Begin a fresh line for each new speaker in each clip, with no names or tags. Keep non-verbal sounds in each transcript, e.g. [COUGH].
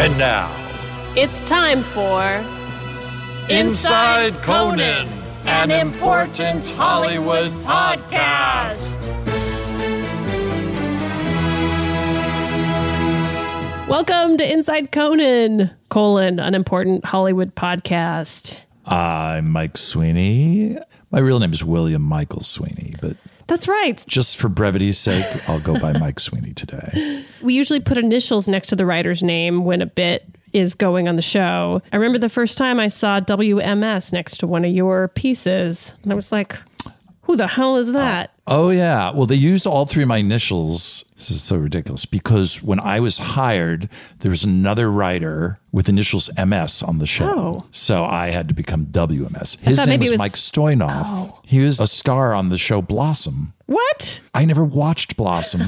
And now,
It's time for
Inside Conan, an important Hollywood podcast.
Welcome to Inside Conan, colon, an important Hollywood podcast.
I'm Mike Sweeney. My real name is William Michael Sweeney, but
That's right.
just for brevity's sake, I'll go by Mike Sweeney today.
We usually put initials next to the writer's name when a bit is going on the show. I remember the first time I saw WMS next to one of your pieces, and I was like, who the hell is that?
Oh, yeah. Well, they used all three of my initials. This is so ridiculous because when I was hired, there was another writer with initials MS on the show.
Oh.
So I had to become WMS. His
thought
name
maybe
was,
it was- Oh.
Mike Stoynoff. He was a star on the show Blossom.
What?
I never watched
[LAUGHS]
Blossom,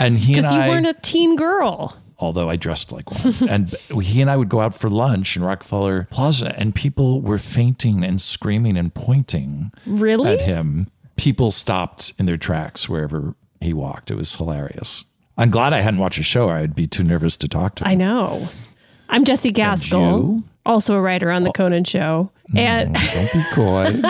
and he and
Because you
I,
weren't a teen girl.
although I dressed like one, and he and I would go out for lunch in Rockefeller Plaza, and people were fainting and screaming and pointing
Really?
at him. People stopped in their tracks wherever he walked. It was hilarious. I'm glad I hadn't watched a show. or I'd be too nervous to talk to him.
I know. I'm Jesse Gaskell,
you?
also a writer on the Conan show. And
Don't be coy.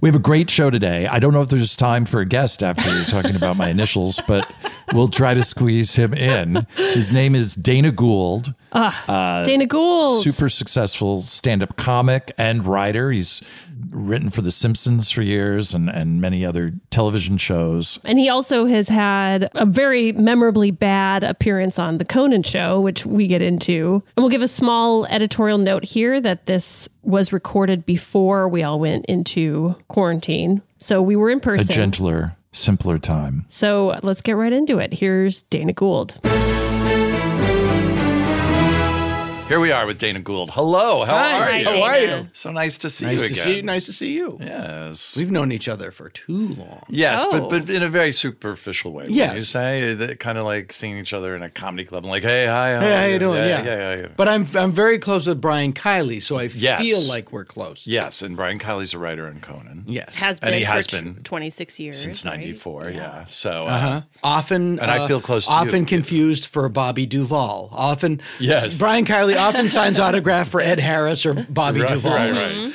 we have a great show today. I don't know if there's time for a guest after you're talking about my initials, but we'll try to squeeze him in. His name is Dana Gould,
[LAUGHS] Dana Gould.
super successful stand-up comic and writer. He's written for The Simpsons for years and, and many other television shows.
And he also has had a very memorably bad appearance on The Conan Show, which we get into. And we'll give a small editorial note here that this was recorded before we all went into quarantine. So we were in
A
person.
gentler, simpler time.
so let's get right into it. Here's Dana Gould.
Here we are with Dana Gould. Hello, how
Hi.
are you?
Oh,
How are you?
So nice to see
Nice
you
to
again.
see you. Nice to see you.
Yes.
We've known each other for too long.
Yes,
Oh.
but but in a very superficial way. Yeah,
Yes.
you say that kind of like seeing each other in a comedy club and like, hey, hi,
Hey, how you doing? Yeah.
Oh, yeah, yeah, yeah.
But I'm I'm very close with Brian Kiley, so I
Yes.
feel like we're close.
yes, and Brian Kiley's a writer in Conan
Yes.
And been he for has tw- been
26 years.
since '94. Yeah. so uh,
Uh-huh. Often,
And I
uh,
feel close to you.
Often confused for Bobby Duvall. Often,
Yes.
Brian Kiley
[LAUGHS]
often signs autograph for Ed Harris or Bobby
right,
Duvall.
right, right.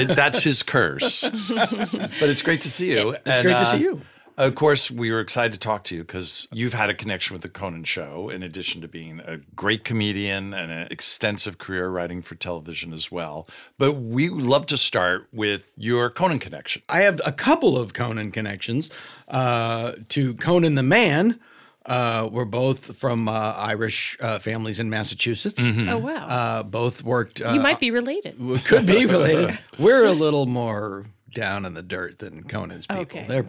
It- that's his curse. Mm-hmm. [LAUGHS] but it's great to see you. It's
great to see you.
Of course, we were excited to talk to you because you've had a connection with the Conan show, in addition to being a great comedian and an extensive career writing for television as well. But we would love to start with your Conan connection.
I have a couple of Conan connections uh, to Conan the Man. Uh, we're both from uh, Irish uh, families in Massachusetts.
Mm-hmm.
Oh, wow.
Uh, both worked. Uh,
you might be related.
Well, could
[LAUGHS]
be related. We're a little more down in the dirt than Conan's people.
Okay.
They're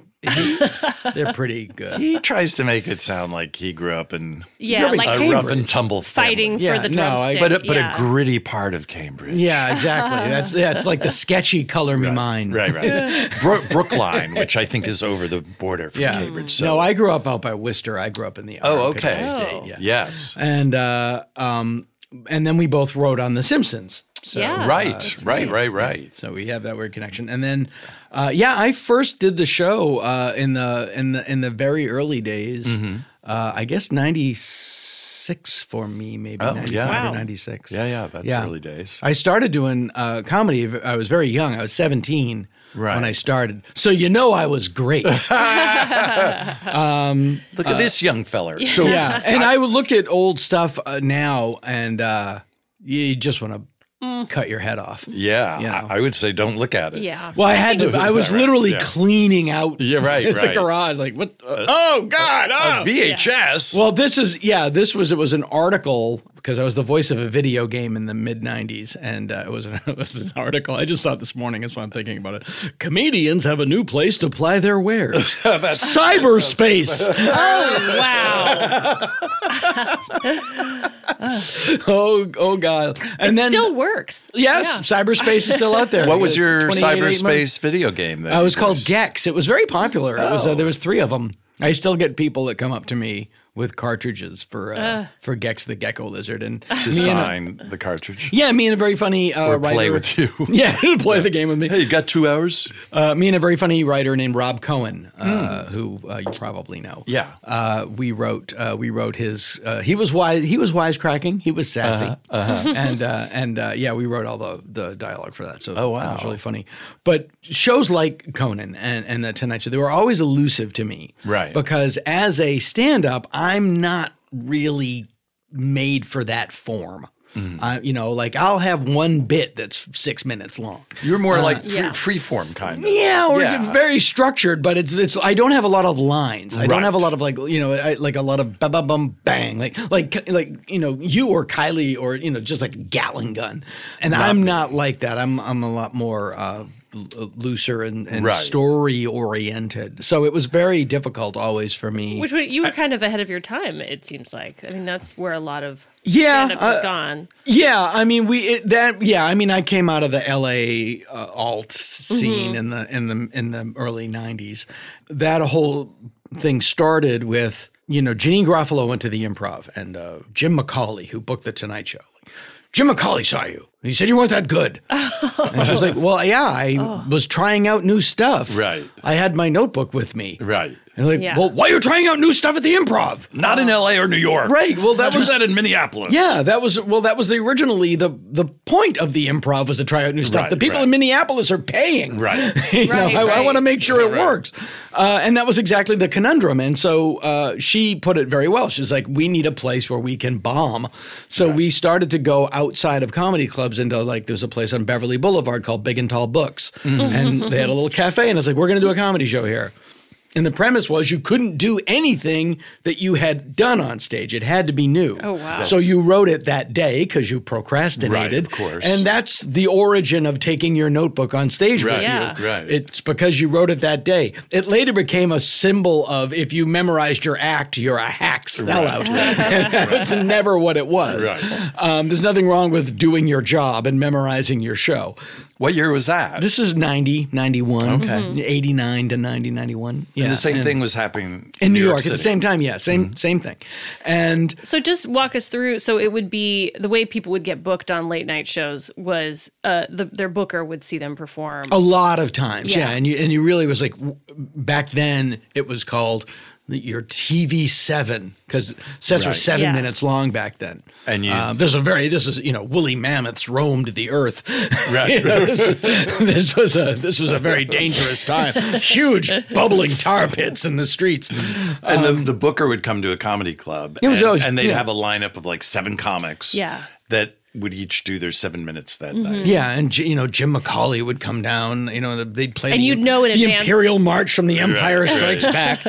they're pretty good.
He tries to make it sound like he grew up in
Yeah,
but
like
a
Cambridge.
rough and tumble family.
fighting
Yeah,
for the
no, I-
drumstick.
but a, but
yeah.
a gritty part of Cambridge.
Yeah, exactly. That's yeah, it's like the sketchy color me mine.
Right, right. Bro- Brookline, which I think is over the border from
Yeah.
Mm-hmm.
Cambridge. So
No, I grew up out by Worcester. I grew up in the
Oh,
armpit of
okay.
the state.
Oh.
Yeah.
Yes.
And uh, um, and then we both wrote on The Simpsons. So
Yeah.
Right, right, right, right.
So we have that weird connection. And then, uh, yeah, I first did the show uh, in the in the in the very early days.
Mm-hmm.
Uh, I guess ninety six for me, maybe
Oh,
ninety five
yeah.
Wow.
or ninety six.
Yeah, yeah, that's
Yeah.
early days.
I started doing uh, comedy. v- I was very young. I was 17
Right.
when I started. So you know I
[LAUGHS]
was great.
Look at this young feller. So
yeah. [LAUGHS] And I would look at old stuff uh, now and uh, you just want to cut your head off.
yeah,
You know.
I, I would say don't look at it.
yeah.
Well, I had to. I was
Right, right.
literally
Yeah.
cleaning out
Yeah, right,
[LAUGHS] the
right.
garage. Like, what?
Uh,
oh, God.
A
Oh.
VHS.
Well, this is yeah. This was it was an article because I was the voice of a video game in the mid '90s, and uh, it was an, [LAUGHS] it was an article. I just saw it this morning. That's why I'm thinking about it. Comedians have a new place to ply their wares:
[LAUGHS]
cyberspace.
Oh, wow.
oh, oh God! And then
Still works.
yes, cyberspace is still out there.
what was your
28, uh, eight months.
cyberspace video game? That
Uh, it was
you
called
voiced? Oh.
Gex. It was very popular. It was uh, there was three of them. I still get people that come up to me with cartridges for uh, for Gex the Gecko Lizard, and
to
me and
sign the cartridge
yeah, me and a very funny uh,
or
writer.
play with you.
[LAUGHS] Yeah, play the game with me.
Hey, you got two hours?
Uh, me and a very funny writer named Rob Cohen, uh, who uh, you probably know.
Hmm. Yeah.
uh, we wrote uh, we wrote his. Uh, he was wise. He was wisecracking. He was sassy,
Uh-huh,
[LAUGHS] and uh, and uh, yeah, we wrote all the the dialogue for that. So oh
wow.
it was really funny. But shows like Conan and and the Tonight Show, they were always elusive to me,
Right.
Because as a stand up, I'm not really made for that form.
Mm-hmm.
I- you know, like I'll have one bit that's six minutes long.
You're more
Uh,
like free,
yeah.
freeform kind of.
Yeah, or
Yeah.
very structured, but it's it's. I don't have a lot of lines. I don't
Right.
have a lot of like you know I, like a lot of ba ba bum bang like like like you know you or Kylie or you know just like a gallon gun, and I'm not like that. I'm I'm a lot more uh, l- looser and, and
Right.
story oriented. So it was very difficult always for me.
Which would, you were kind of ahead of your time, it seems like. I mean, that's where a lot of
Yeah,
stand-up has
uh,
gone.
Yeah, I mean we it, that yeah, I mean I came out of the LA uh, alt scene in the in the in the early 90s. That whole thing started with, you know, Janine Garofalo went to the Improv and uh, Jim McCauley who booked the Tonight Show. Jim McCauley saw you. He said you weren't that good. and she was like, "Well, yeah, I was trying out new stuff.
Right.
I had my notebook with me."
Right.
And like,
Yeah.
"Well, why are you trying out new stuff at the Improv?"
Not in LA or New York.
Right. Well, that
Do
was
that in Minneapolis.
yeah, that was well. That was the, originally the the point of the improv was to try out new stuff.
Right,
the people
right.
in Minneapolis are paying. [LAUGHS]
Right.
You know,
Right,
I,
right.
want to make sure it works. Uh, and that was exactly the conundrum. And so uh, she put it very well. She's like, we need a place where we can bomb. So we started to go outside of comedy clubs into like, there's a place on Beverly Boulevard called Big and Tall Books.
Mm-hmm.
And they had a little cafe. And I was like, we're going to do a comedy show here. And the premise was you couldn't do anything that you had done on stage. It had to be new.
Oh, wow.
So you wrote it that day because you procrastinated.
of course.
And that's the origin of taking your notebook on stage with
Right.
you.
Yeah.
Right.
It's because you wrote it that day. It later became a symbol of if you memorized your act, you're a hack sellout. [LAUGHS] That's never what it was.
Right.
Um, there's nothing wrong with doing your job and memorizing your show.
What year was that?
This is 90, 91, okay. 89 to 90, 91. Yeah.
and the same
and-
thing was happening
in New York, at the
City. Mm-hmm.
same time. Yeah, same same thing. And
So just walk us through. So it would be the way people would get booked on late night shows was uh, the, their booker would see them perform.
a lot of times, yeah.
Yeah.
And you and you really was like w- back then it was called your TV seven because sets were
Right.
seven
Yeah.
minutes long back then.
And you-
uh, there's a very this is you know woolly mammoths roamed the earth. [LAUGHS]
Right.
this was a this was a very dangerous time. Huge bubbling tar pits in the streets.
And the, the booker would come to a comedy club.
was
and,
always-
and they'd
Um, yeah.
have a lineup of like seven comics
Yeah.
that would each do their seven minutes that night.
Yeah, and J- you know Jim McCauley would come down. You know they'd play
And
the,
you'd know in
the
advance.
Imperial March from the Empire
right. [LAUGHS]
Strikes Back.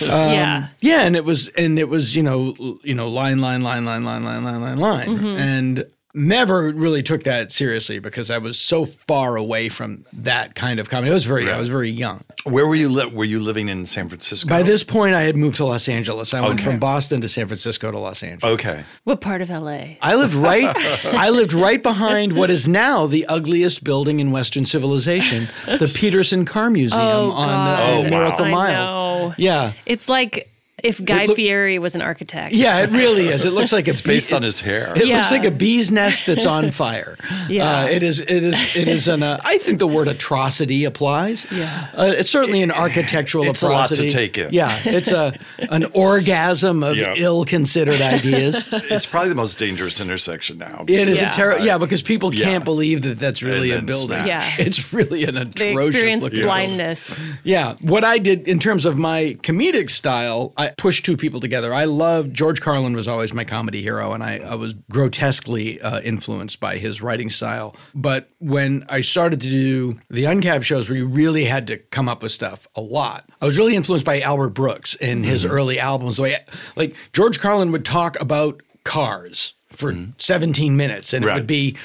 yeah.
Yeah, and it was and it was you know l- you know line line line line line line line line line
Mm-hmm.
and never really took that seriously because I was so far away from that kind of comedy. I was very I was very young.
Where were you? Li- were you living in San Francisco?
By this point, I had moved to Los Angeles. I went
Okay.
from Boston to San Francisco to Los Angeles.
okay,
What part of LA?
I
[LAUGHS]
lived right. I lived right behind what is now the ugliest building in Western civilization,
[LAUGHS]
the Peterson Car Museum on the
Oh,
on Miracle
I
Mile.
know.
Yeah,
It's like if Guy
It look-
Fieri was an architect.
yeah, it really is. It looks like it's
based on his hair.
It
Yeah.
looks like a bee's nest
[LAUGHS]
that's on fire.
Yeah.
Uh, it is. It is. It is an. Uh, I think the word atrocity applies.
Yeah.
Uh, it's certainly an architectural
It's a lot to
atrocity.
take in.
Yeah. It's a an orgasm of
Yeah.
ill-considered ideas.
it's probably the most dangerous intersection now.
It is
Yeah.
a terrible. Yeah, because people
Yeah.
can't believe that that's really
And then
a building.
smash.
Yeah.
It's really an
They
atrocious
experience
looking
blindness.
Yeah, what I did in terms of my comedic style, I pushed two people together. I love George Carlin was always my comedy hero, and I, I was grotesquely uh, influenced by his writing style. But when I started to do the uncapped shows, where you really had to come up with stuff a lot, I was really influenced by Albert Brooks in his
Mm-hmm.
early albums. The way, like George Carlin would talk about cars. For 17 minutes, and
Mm-hmm.
it
Right.
would be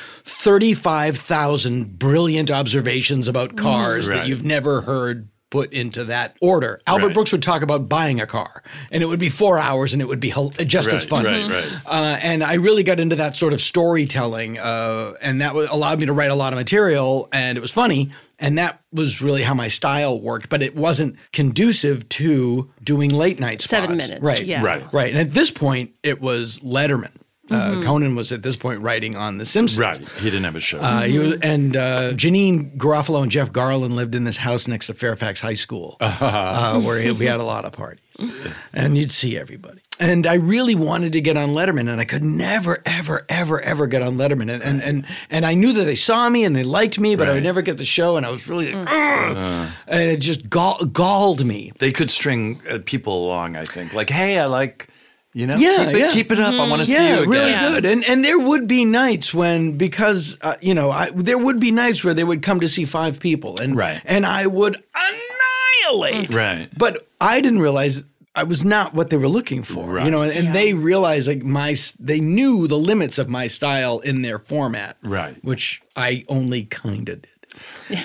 35,000 brilliant observations about cars that
Right.
you've never heard put into that order. Albert
Right.
Brooks would talk about buying a car, and it would be four hours, and it would be hel- just
Right,
as fun.
right, right.
Uh, and I really got into that sort of storytelling, uh, and that wa- allowed me to write a lot of material, and it was funny. And that was really how my style worked, but it wasn't conducive to doing late night spots.
Seven minutes.
Right.
Yeah.
Right.
Right. And at this point, it was Letterman.
Mm-hmm.
Uh, Conan was at this point writing on The Simpsons.
Right. He didn't have a show.
Uh, he was, and uh, Janine Garofalo and Jeff Garland lived in this house next to Fairfax High School, uh, where he, we had a lot of parties, and you'd see everybody. And I really wanted to get on Letterman, and I could never, ever, ever, ever get on Letterman. And and and, and I knew that they saw me and they liked me, but I would
Right.
never get the show. And I was really, like, "Ugh," and it just gall- galled me.
they could string uh, people along, I think. Like, hey, I like, you know,
Yeah,
keep, it,
yeah. Mm-hmm.
keep it up. I want to see
yeah,
you again.
really
Yeah.
good. And and there would be nights when because uh, you know I, there would be nights where they would come to see five people, and
Right.
and I would annihilate.
Right.
But I didn't realize I was not what they were looking for. You know, and, and they realized like my s- they knew the limits of my style in their format.
Right.
Which I only kind of did.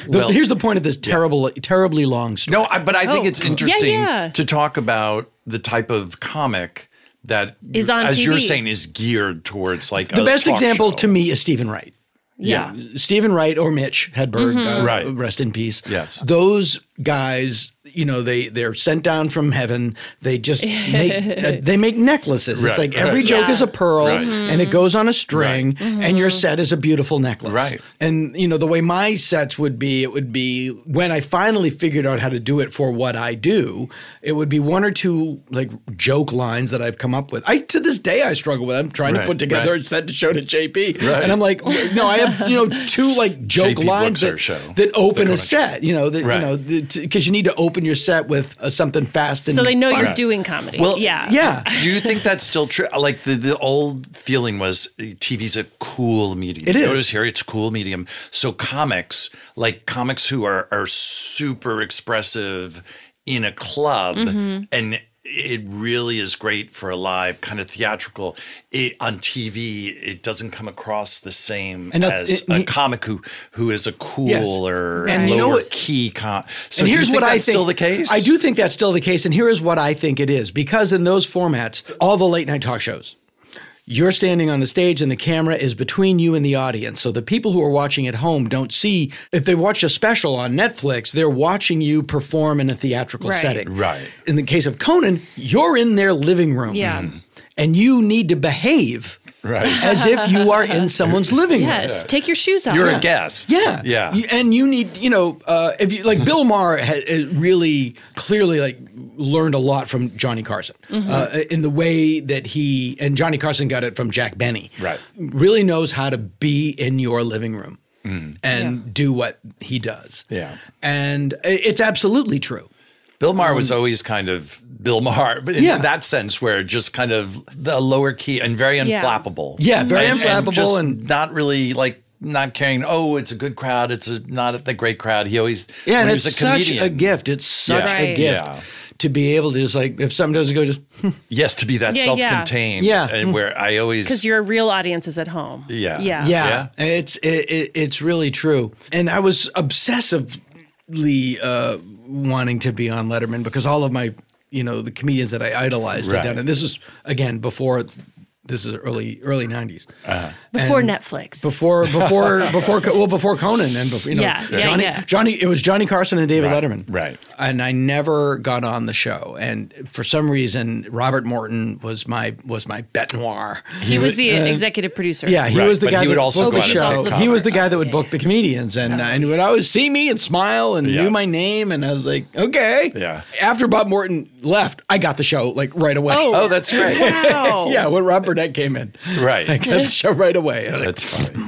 The- here's the point of this terrible, terribly long story. Oh,
No, I, but I think it's interesting
yeah.
to talk about the type of comic that
Is on
as you're
TV.
saying, is geared towards like
the
a
best
talk
example
show.
to me is Stephen Wright.
Yeah.
Stephen Wright or Mitch Hedberg, uh,
Right.
rest in peace.
Yes.
those guys, you know, they they're sent down from heaven. They just make, uh, they make necklaces.
Right,
It's like
right.
every joke
Yeah.
is a pearl,
Right.
and it goes on a string, and your set is a beautiful necklace.
Right.
And you know the way my sets would be, it would be when I finally figured out how to do it for what I do. It would be one or two like joke lines that I've come up with. I to this day I struggle with. I'm trying
Right,
to put together
right.
a set to show to JP,
Right.
and I'm like, "Oh, no, I have you know
[LAUGHS]
two like joke
JP
lines
Blitzer
that,
show.
that open
The Conan
a set. You know that
Right.
you know because you need to open your set with uh, something fast and
So they know you're
Right.
doing comedy.
Well,
yeah.
yeah.
Do you think that's still true? Like the, the old feeling was uh, TV's a cool medium.
It is.
Notice here, it's a cool medium. So comics, like comics who are are super expressive in a club
Mm-hmm.
and it really is great for a live kind of theatrical. It, on TV, it doesn't come across the same
And, uh,
as
it-
a
he-
comic who who is a cooler,
And you
lower
know what-
key com. So
and
do you
here's
think
what I
that's
think.
still the case.
I do think that's still the case. And here is what I think it is because in those formats, all the late night talk shows, you're standing on the stage and the camera is between you and the audience. So the people who are watching at home don't see, if they watch a special on Netflix, they're watching you perform in a theatrical
Right.
setting.
Right.
In the case of Conan, you're in their living room.
Yeah.
And you need to behave
Mm-hmm. Right.
as if you are
[LAUGHS]
in someone's living room.
Yes. Take your shoes off.
You're
Yeah.
a guest.
Yeah,
Yeah.
You- and you need, you know, uh, if you like, Bill Maher ha- has really clearly like learned a lot from Johnny Carson
Mm-hmm.
uh, in the way that he and Johnny Carson got it from Jack Benny.
Right.
really knows how to be in your living room and do what he does.
Mm. Yeah.
and i- it's absolutely true.
Bill Maher was always kind of Bill Maher but in
Um, Yeah.
that sense, where just kind of the lower key and very unflappable.
Yeah, very unflappable
just
and-
not really like not caring. Oh, it's a good crowd. It's a, not the great crowd. He always
Yeah,
when
and
he
it's
was a
such
comedian,
a gift. It's such
Yeah.
Right.
a gift
Yeah.
to be able to just like if something doesn't go, just
Yes, to be that
Yeah, yeah.
self-contained.
Yeah.
and where I always
Because your real audience is at home.
Yeah.
Yeah.
Yeah, it's it, it, it's really true. And I was obsessively uh, wanting to be on Letterman because all of my you know the comedians that I idolized had
Right.
done it. This is again before this is early early 90s
Uh-huh.
Before
And
Netflix.
[LAUGHS]
before before before Co- well before Conan and before you know
Yeah, yeah,
Johnny
yeah.
Johnny it was Johnny Carson and David
Right,
Letterman
right.
and I never got on the show and for some reason Robert Morton was my was my bet noir
he was the executive producer.
uh, yeah, he
Right,
was the
but
guy
he would
that
also
booked
go
the
out and
show.
book
He was the
comics.
guy that would book the comedians, and uh, and he would always see me and smile and
Yeah.
knew my name, and I was like, okay.
Yeah.
After Bob Morton left, I got the show like right away.
oh, that's
[LAUGHS]
great.
Wow.
[LAUGHS] yeah, when Rob Burnett came in, [LAUGHS] I
right.
got the show right away. And I was like,
That's funny.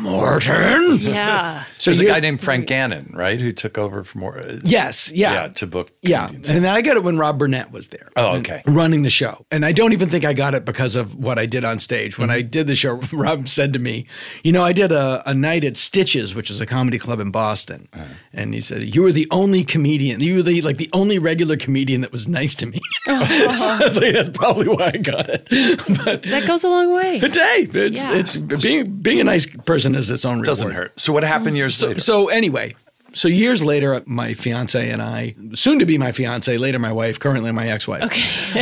[LAUGHS]
Morton.
Yeah.
So
There's a
you-
guy named Frank Gannon, right, who took over from more. uh,
Yes.
Yeah.
Yeah.
To book.
Yeah,
comedians.
and then I got it when Rob Burnett was there.
Oh, okay.
Running the show. And I don't even think I got it because of what I did on stage. When I
Mm-hmm.
did the show, [LAUGHS] Rob said to me, You know, I did a, a night at Stitches, which is a comedy club in Boston.
Uh-huh.
And he said, You were the only comedian, you were the, like the only regular comedian that was nice to me. [LAUGHS] so I was like, That's probably why I got it. but
That goes a long way.
today, it's,
Yeah.
it's being, being a nice person is its own
Doesn't
reward.
Mm-hmm.
hurt. So what happened years
So,
later?
so anyway, So years later, my fiance and I, soon to be my fiance, later my wife, currently my ex-wife.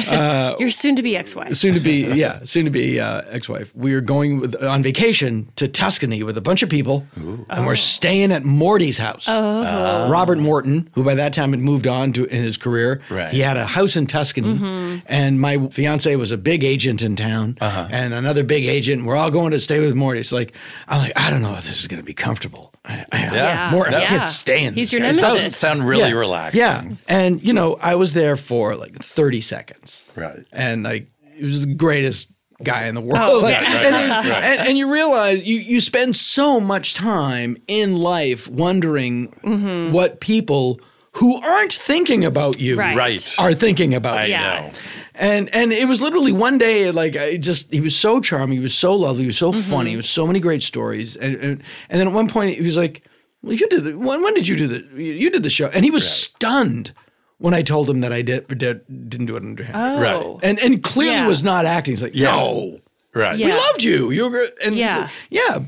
Oh.
Your soon to be ex wife.
soon to be yeah soon to be uh, ex-wife we are going with, on vacation to tuscany with a bunch of people and
Oh.
we're staying at morty's house oh. robert morton who by that time had moved on to in his career
Right.
he had a house in tuscany
Mm-hmm.
and my fiance was a big agent in town
Uh-huh.
and another big agent we're all going to stay with morty so like i'm like i don't know if this is going to be comfortable I, I,
Yeah.
Morton, I
Yeah.
can't stand
He's
this
your
guy.
nemesis.
Doesn't sound really
Yeah.
relaxing.
Yeah. And, you know, I was there for like 30 seconds.
Right.
And like, he was the greatest guy in the world.
Oh,
[LAUGHS] Like,
yeah.
Right,
and,
right,
there's-
right.
and- and you realize you, you spend so much time in life wondering
Mm-hmm.
what people who aren't thinking about you
Right.
Right.
are thinking about
I
you.
Yeah.
know.
And and it was literally one day, like I just he was so charming, he was so lovely, he was so
Mm-hmm.
funny, he was so many great stories, and and, and then at one point he was like, "Well, you did the when, when did you do the you you did the show?" And he was stunned when I told him that I did, did didn't do it under him,
Oh.
and and clearly
Yeah.
was not acting. He's like,
Yeah.
"No."
Right.
Yeah.
We loved you. You were, great." and he's
Yeah.
like, yeah,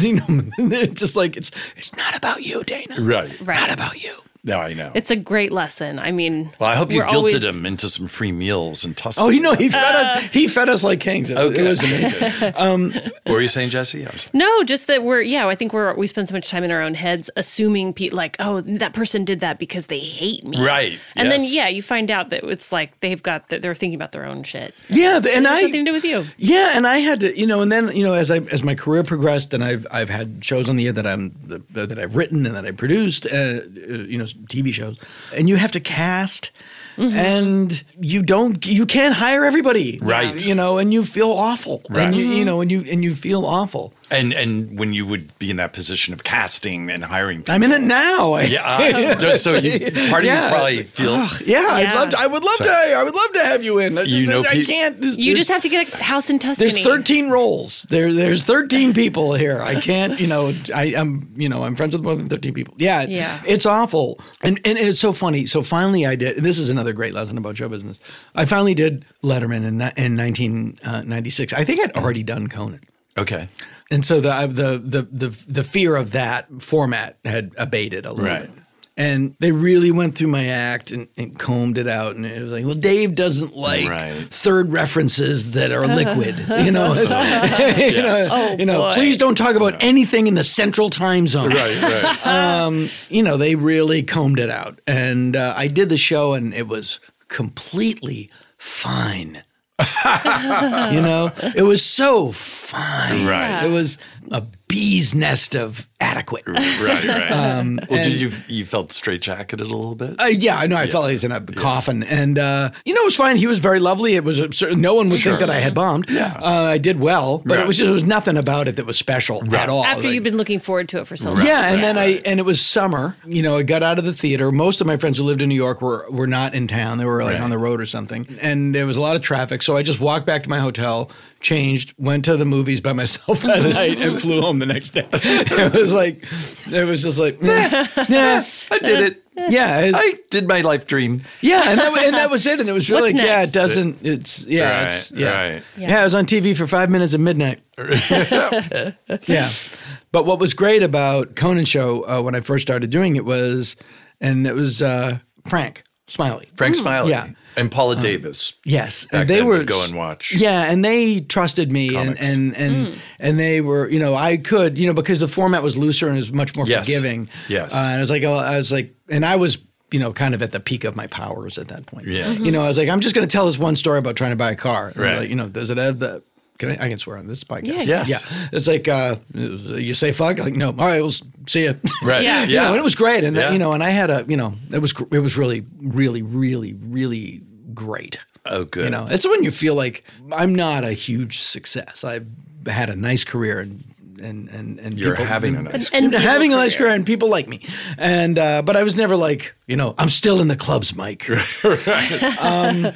you know, [LAUGHS] it's just like it's it's not about you, Dana.
Right.
Right.
Not about you.
Now I know.
It's a great lesson. I mean,
well, I hope you
we're
guilted
always-
him into some free meals and Tuscany.
Oh, you know, he fed
Uh.
us. He fed us like kings. It, it
[LAUGHS]
was amazing.
What were you saying, Jesse? I'm sorry.
No, just that we're yeah. I think we're we spend so much time in our own heads, assuming pe- like oh that person did that because they hate me,
Right,
And then
yes.
yeah, you find out that it's like they've got that they're thinking about their own shit.
yeah, and I
Nothing to do with you.
Yeah, and I had to, you know, and then you know, as I as my career progressed, and I've I've had shows on the air that I'm that I've written and that I produced, uh, uh, you know, TV shows, and you have to cast,
Mm-hmm.
and you don't, you can't hire everybody,
Right.
You know, and you feel awful,
Right.
And you,
Mm-hmm.
you know, and you and you feel awful.
And and when you would be in that position of casting and hiring people.
I'm in it now. I,
Yeah.
[LAUGHS]
uh, so you, part of
Yeah.
you probably feel
Ugh, yeah, I'd
Yeah.
love to. I would love to. I would love to have you in.
You know,
I
pe-
can't.
You just have to get a house in Tuscany.
There's 13 roles. There, there's 13 people here. I can't, you know, I, I'm, you know, I'm friends with more than 13 people. Yeah, it-
Yeah.
It's awful, and, and it's so funny. So finally, I did. And this is another great lesson about show business. I finally did Letterman in ni- in 1996. I think I'd already done Conan.
Okay.
And so the the the the the fear of that format had abated a little
Right.
bit. And they really went through my act and, and combed it out, and it was like, well, Dave doesn't like
Right.
third references that are liquid,
[LAUGHS]
you know, [LAUGHS] you know, you know
boy.
please don't talk about anything in the central time zone,
Right, right.
um, you know, they really combed it out. And uh, I did the show, and it was completely fine. [LAUGHS] you know, it was so fine.
Right.
It was a bee's nest of adequate.
right,
[LAUGHS]
right. well,
Um, and-
did you you felt straitjacketed a little bit?
Uh, yeah, I know. I felt like he was in a coffin, and uh, you know, it was fine. He was very lovely. It was absurd. no one would think that I had bombed. Yeah, uh, I did well, but it
Right.
was just, it was nothing about it that was special at all.
after
Like-
you've been looking forward to it for so long.
Yeah, and then I and it was summer. You know, I got out of the theater. Most of my friends who lived in New York were were not in town. They were like
Right.
on the road or something. And there was a lot of traffic, so I just walked back to my hotel, changed, went to the movies by [LAUGHS] myself that night, and flew home the next day. [LAUGHS] it was like, it was just like, [LAUGHS] yeah, yeah,
I did it.
yeah. it's-
I did my life dream.
yeah, and that, and that was it. And it was really
What's
like, yeah,
next?
it doesn't. It's yeah, it's,
Right,
yeah.
right.
yeah, It was on TV for five minutes
[LAUGHS]
at midnight. yeah, but what was great about Conan Show uh, when I first started doing it was, and it was uh, Frank Smiley.
Frank Smiley.
Mm, yeah. Uh-huh.
And Paula Davis.
Yes,
Back
and they
then
were
we'd go and watch.
Yeah, and they trusted me,
Comics.
and and and and they were, you know, I could, you know, because the format was looser and it was much more
Yes.
forgiving.
Yes.
uh, and I was like, oh, I was like, and I was. You know, kind of at the peak of my powers at that point.
Yeah. Mhm.
You know, I was like, I'm just going to tell this one story about trying to buy a car. And they're
Right.
Like, you know, does it have the? Can I? I can swear on this podcast.
Yeah.
Yes.
Yeah. It's like uh, you say fuck. Like no. All right. We'll s- see you.
[LAUGHS] Right.
Yeah.
Yeah.
You
[LAUGHS] You know, and it was great, and
Yeah.
you know, and I had a, you know, it was gr- it was really, really, really, really great.
Oh, good.
You know, it's when you feel like I'm not a huge success. I've had a nice career, and and and and
You're
people-
having a nice.
And
having a nice career, and people like me, and uh, but I was never like, you know, I'm still in the clubs,
[LAUGHS]
Mike. Um,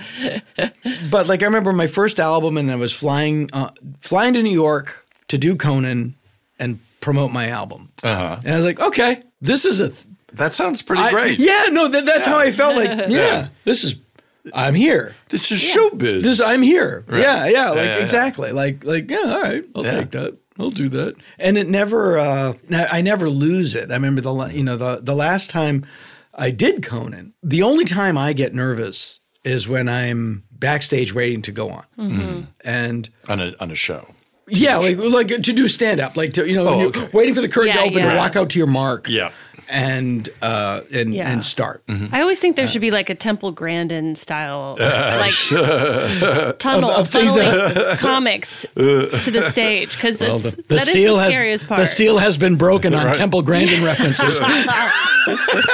but like I remember my first album, and I was flying uh, flying to New York to do Conan and promote my album. Uh-huh. And I was like, okay, this is a th-
that sounds pretty
I-
great.
Yeah, no, that, that's how I felt. Like, yeah, this is I'm here.
This is showbiz.
This I'm here. Yeah, yeah, like
yeah, yeah.
exactly. Like like yeah, all right, I'll
Yeah.
take that. I'll do that. And it never, uh, I never lose it. I remember the, la- you know, the, the last time I did Conan, the only time I get nervous is when I'm backstage waiting to go on. And
on a on a show.
yeah, like, like to do stand up, like to, you know, when
Oh,
you're
okay.
waiting for the curtain
Yeah,
to open
yeah.
to walk out to your mark.
Yeah. Mm-hmm.
And, uh, and,
Yeah.
and start.
I always think there should be like a Temple Grandin
[LAUGHS]
style, like tunnel
Uh, Of- of things Uh.
funneling
[LAUGHS]
comics to the stage because that's
The
that is
seal
the
has
scariest part. [LAUGHS]
the seal has been broken on Temple Grandin references,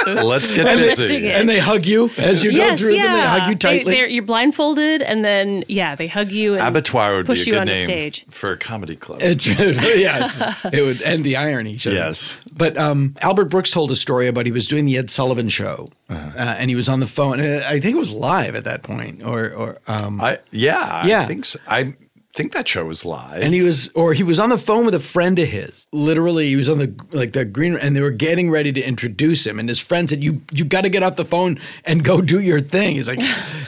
Let's
[LAUGHS]
get
And they-
Lifting
busy.
it.
and they hug you as you go
Yes,
through them. They
yeah.
hug you tightly.
they're- you're blindfolded, and then yeah, they hug you. And
Abattoir would
push
be a
you
good
onto
name
stage.
for a comedy club.
It's [LAUGHS] yeah, it's- it would end the irony. shouldn't it?
Yes.
but um, Albert Brooks told a story about he was doing the Ed Sullivan show, uh
Uh-huh.
and he was on the phone. And I think it was live at that point, or or um,
I yeah, I
Yeah.
think so. I think that show was live.
and he was or he was on the phone with a friend of his. Literally, he was on the like the green, and they were getting ready to introduce him. And his friend said, "You you got to get off the phone and go do your thing." He's like,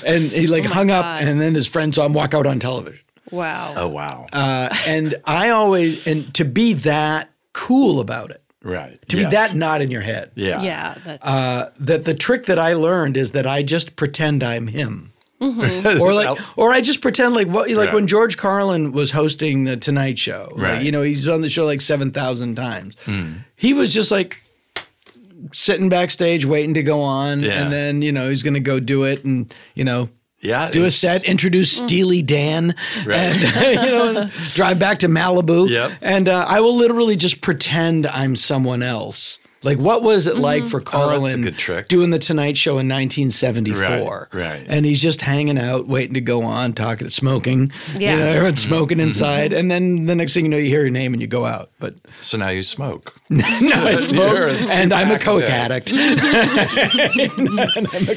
and he like hung up,
God.
and then his friend saw him walk out on television.
wow.
oh wow.
Uh, and I always and to be that cool about it,
right.
to
yes.
be that not in your head.
yeah.
yeah, that's,
Uh, that the trick that I learned is that I just pretend I'm him.
[LAUGHS]
or like, or I just pretend like what, like
Yeah.
when George Carlin was hosting the Tonight Show. like,
Right. Hmm.
you know, he's on the show like seven thousand times. He was just like sitting backstage waiting to go on,
Yeah.
and then you know he's going to go do it, and you know.
Yeah,
do a
it's-
set, introduce Steely Dan,
Mm. Right.
and [LAUGHS] you
[LAUGHS]
know, drive back to Malibu.
Yep.
And uh, I will literally just pretend I'm someone else. Like, what was it like for
Mm-hmm. Oh, that's a
Carlin
good trick.
doing the Tonight Show in 1974?
Right, right.
And he's just hanging out, waiting to go on, talking, smoking.
Yeah.
You know,
Mm-hmm.
everyone's smoking inside. And then the next thing you know, you hear your name and you go out. But [LAUGHS]
So now you smoke.
no, I
[LAUGHS]
smoke.
You're a
And I'm a
two-pack a
coke
day.
addict.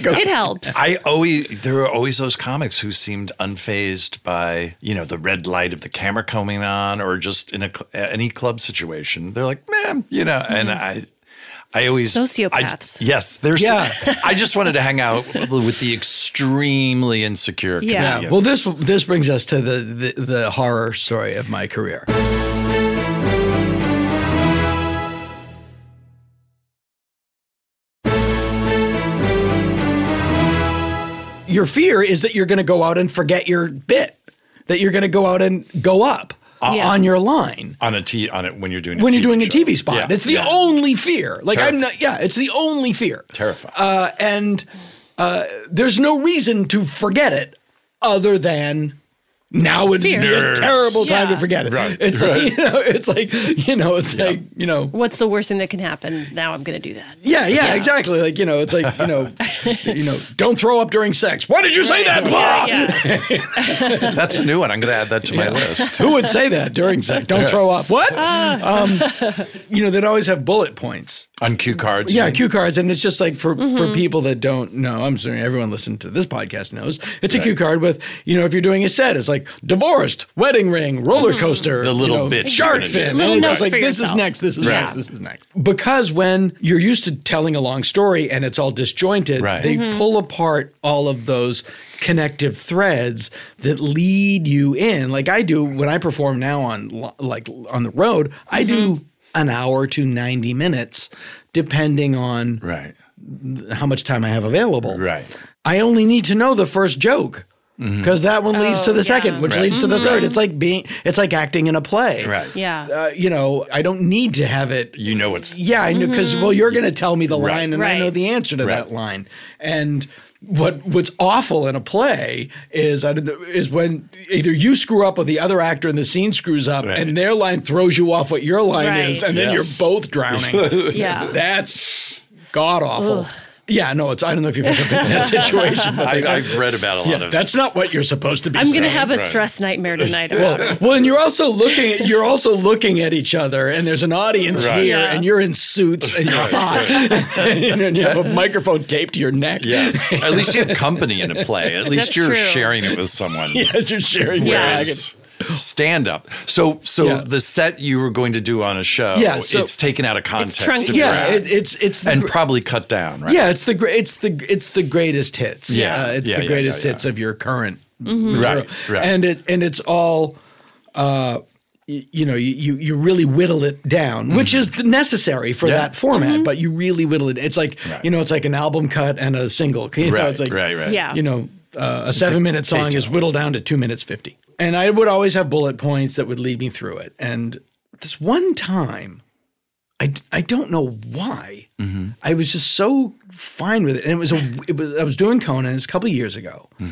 it helps.
I always there were always those comics who seemed unfazed by you know the red light of the camera coming on or just in a cl- any club situation. They're like, man, you know, and I. I always I-
Mm-hmm. Sociopaths.
yes, there's.
Yeah.
[LAUGHS] I just wanted to hang out with the extremely insecure.
Yeah.
comedian.
Well, this this brings us to the, the the horror story of my career. Your fear is that you're going to go out and forget your bit, that you're going to go out and go up o-
Yeah.
on your line
on a Ah. t on it when you're doing a
when you're doing a
show.
TV spot.
Yeah.
It's the
Yeah.
only fear. Like
Terrifying.
I'm not. Yeah, it's the only fear.
Terrifying.
Uh, and uh, there's no reason to forget it other than. Now would be
Fear.
a
Nerves.
terrible time
Yeah.
to forget it.
Right.
It's like [LAUGHS] you know, it's like you know, it's like you know,
What's the worst thing that can happen? Now I'm going to do that.
yeah, yeah, exactly. Like you know, it's like
[LAUGHS]
you know, you know, don't throw up during sex. Why did you say that? Blah!
[LAUGHS]
Yeah.
That's a new one. I'm going to add that to my list.
[LAUGHS] Who would say that during sex? Don't throw up. What?
Ah.
Um, you know, they'd always have bullet points.
On cue cards. you
Yeah,
mean?
cue cards, and it's just like for for
Mm-hmm.
people that don't know. I'm sorry, everyone listening to this podcast knows it's a cue card with you know if you're doing a set, it's like divorced, wedding ring, roller coaster,
The little
you know,
bit you're
shark
gonna do.
fin.
Mm-hmm. Little
And it's
notes
like
for
this
yourself.
is next, this is
Right.
next, this is next. Because when you're used to telling a long story and it's all disjointed,
Right.
Mm-hmm.
they pull apart all of those connective threads that lead you in. Like I do when I perform now on lo- like on the road, I do an hour to 90 minutes depending on
Right.
how much time I have available.
Right. Mm-hmm.
I only need to know the first joke because that one leads to the second, which
Right.
leads to the third. It's like being, it's like acting in a play.
Right.
[LAUGHS]
Yeah.
Uh, you know, I don't need to have it.
You know what's
Yeah, I knew because well, you're going to tell me the
Right.
line, and I
Right.
know the answer to that line. And what what's awful in a play is I don't know, is when either you screw up or the other actor in the scene screws up,
Right.
and their line throws you off what your line
Right.
is, and then
Yes.
you're
[LAUGHS]
both drowning.
Yeah.
that's god awful. Yeah, no, it's I don't know if you've ever been in
[LAUGHS]
that situation. But
I, I've read about a lot of
that's not what you're supposed to be.
I'm going to
saying.
have a
right.
stress nightmare tonight about it.
Well, and you're also looking at you're also looking at each other, and there's an audience
Right.
here,
Yeah.
and you're in suits and you're hot, [LAUGHS] and, you have a microphone taped to your neck.
Yes. At least you have company in a play. At least
That's
you're
true.
sharing it with someone.
[LAUGHS] as you're sharing your
Yeah.
wagon.
Whereas stand up. So so
Yeah.
the set you were going to do on a show,
Yeah, so-
it's taken out of context.
truncate.
and
Yeah,
grabbed
it, it's it's the
and
gr-
probably cut down, right?
yeah, it's the gre- it's the it's the greatest hits.
Yeah.
Uh, it's
Yeah,
the
yeah,
greatest
yeah, yeah.
Mm-hmm.
hits of your current
Right. Right.
and it and it's all uh y- you know, you, you you really whittle it down, which is the necessary for
Mm-hmm. Yeah.
that
Mm-hmm.
format. But you really whittle it. It's like you know, it's like an album cut and a single. [LAUGHS] You know,
Right,
it's like
right, right.
Yeah.
You know, uh, a seven-minute song is whittled down to two minutes fifty. And I would always have bullet points that would lead me through it. And this one time, I, d- I don't know why. I was just so fine with it. And it was a it was, I was doing Conan. It was a couple of years ago. It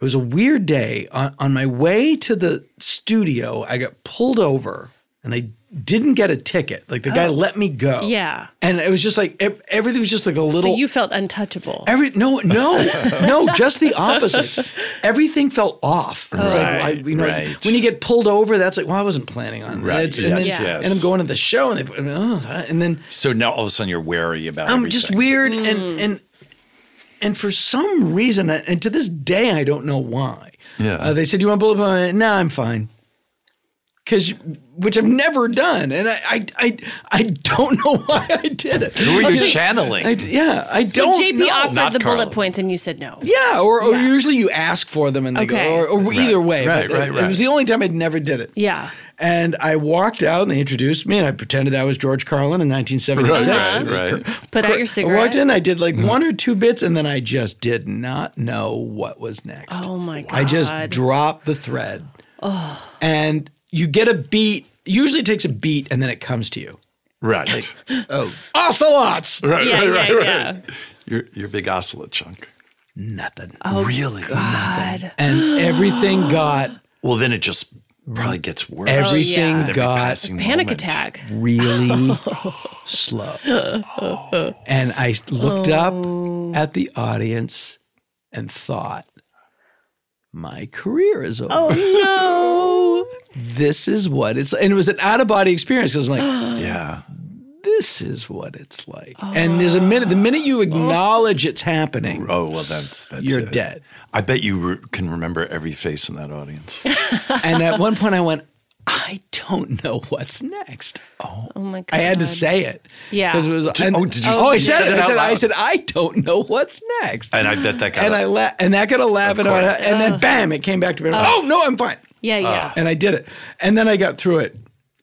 was a weird day. On, on my way to the studio, I got pulled over and I didn't get a ticket. Like the guy let me go.
Oh. Yeah.
And it was just like ev- everything was just like a little
So you felt untouchable.
Every no,
[LAUGHS]
no, no, just the opposite. Everything felt off. It's like,
Right,
I- you know,
right.
When you get pulled over, that's like, well, I wasn't planning on
Right,
that. And,
yes,
then-
yes.
and I'm going to the show, and they, put- oh, and then
So now all of a sudden you're wary about
I'm
everything.
just weird, and and and for some reason, and to this day, I don't know why.
Yeah.
uh, they said, "You want bullet point?" No, I'm fine. Because which I've never done, and I I I, I don't [LAUGHS] know why I did it.
Who are you
so-
channeling?
I, yeah, I
So
don't.
JP
know.
offered
Not
the
Carlo.
bullet points and you said no.
Yeah, or, or
Yeah.
usually you ask for them and they
Okay.
go, or, or either way.
right,
but it-
right,
it,
right.
was the only time I'd never did it.
Yeah.
And I walked out and they introduced me and I pretended I was George Carlin in 1976.
right,
And I
right, Mm-hmm. right.
Put out your
I walked
cigarette.
in, I did like one or two bits, and then I just did not know what was next.
Oh my
I just
God.
dropped the thread. And you get a beat, usually it takes a beat, and then it comes
[GASPS]
to you.
Right.
Oh, ocelots!
right,
Yeah,
right,
yeah,
right,
yeah.
right. You're, you're a big oscillate chunk.
Nothing.
really?
Oh, God.
And everything got,
Well, then it just probably gets worse.
everything
with every
got
passing
Oh, Panic
moment.
attack.
[LAUGHS]
[LAUGHS]
really slow. And I looked
Oh.
up at the audience and thought, my career is over.
Oh. No.
This is what it's and it was an out of body experience because I'm
[GASPS]
like,
Yeah.
this is what it's like. And there's a
Oh.
minute the minute you acknowledge it's happening,
Oh well, that's that's.
you're
it.
dead.
I bet you re- can remember every face in that audience.
And at one point I went, I don't know what's next.
Oh my God.
I had to say it.
Yeah.
'Cause it was,
Did-
and-
oh, did you-
I
you
said,
said
it.
it
I
out
said, I
loud.
said, I don't know what's next.
and I bet that got.
and I la- and that got a laugh and,
course.
I, and then bam, it came back to me. oh no, I'm fine,
Yeah, yeah.
and I did it, and then I got through it,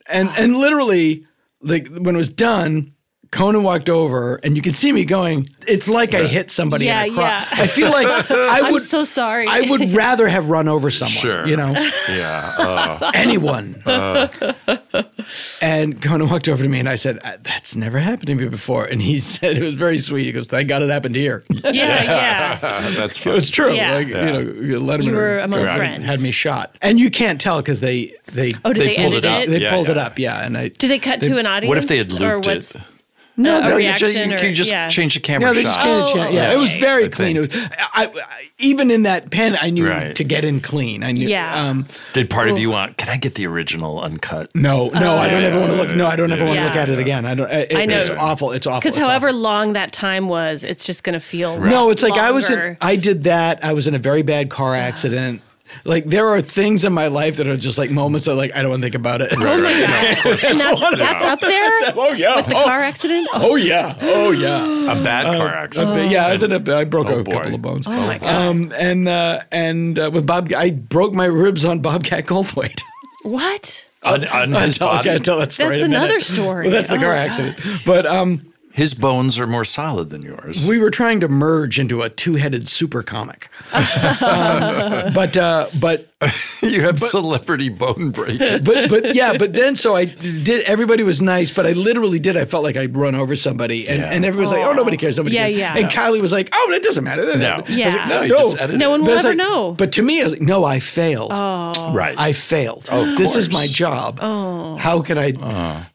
and and literally like when it was done. Conan walked over, and you could see me going. It's like I hit somebody.
Yeah,
in a cro-
yeah.
I
[LAUGHS]
feel like I would.
I'm so sorry.
I would rather have run over someone.
Sure. Uh.
you know,
yeah.
[LAUGHS]
Oh, [LAUGHS]
anyone. and Conan walked over to me, and I said, "Uh, "That's never happened to me before." And he [LAUGHS] said, "It was very sweet." He goes, "Thank God it happened here."
[LAUGHS]
[LAUGHS]
yeah, yeah.
that's
It
fun.
was true.
Yeah.
Like,
Yeah.
you know, you let him
You
in
were
or
among
Correct.
friends.
had me shot. And you can't tell because they they
oh, did they,
They pulled
edit
it up.
it?
they
yeah,
pulled it
yeah.
up. Yeah, and I
Do they cut to an audience?
What if they had
or
looped
what's-
it?
no,
a
they,
You, ju-
Action
you can
or-
just
yeah.
change the camera
Oh, no, they
shot.
just can't.
Oh,
change. Yeah, it was
okay.
very
I
clean. It
think-
was, I, I, even in that pen, I knew
Right.
to get in clean. I knew.
Yeah.
Um,
Did part of you want? Can I get the original
[LAUGHS]
uncut?
no, no, I don't
Yeah,
ever want to look. No, I don't ever want to
yeah,
look at it again. I don't. It, I
know.
It's awful. It's awful.
Because
it's awful.
however long that time was, it's just going to feel.
No, it's like I was. In, [LAUGHS]
longer.
I did that. I was in a very bad car accident. Like there are things in my life that are just like moments that like I don't want to think about it. [LAUGHS]
Right, right.
[LAUGHS]
No, of course.
And that's,
what I-
that's up there.
oh yeah.
The
[LAUGHS] oh,
car accident. Oh,
oh yeah. Oh yeah.
a bad car
A
accident.
bit- yeah, I was in a. I broke
Oh,
a
boy.
couple of bones.
Oh, my God.
Um, and uh, and uh, with Bob, I broke my ribs on Bobcat Goldthwait. [LAUGHS]
what?
on, on his
I'll- I'll
body.
tell that story.
That's
in a minute.
another story.
Well, that's the
Oh,
car
God.
accident. But um,
His bones are more solid than yours.
we were trying to merge into a two-headed
[LAUGHS]
super comic. um, but uh, but
[LAUGHS] you have celebrity bone
[LAUGHS]
breaking.
but but yeah, but then so I did. Everybody was nice, but I literally did. I felt like I'd run over somebody, and,
Yeah.
and everyone was like, "Oh, nobody cares, nobody
Yeah,
cares."
yeah.
And Kylie was like, "Oh, it doesn't matter."
No.
I was like,
Yeah.
no,
No,
you
no.
just edit it.
No one
But I
will
was
ever know.
like-
Oh.
But to me, I was like, "No, I failed.
right.
I failed. this is
course.
my job.
Oh.
How can I?"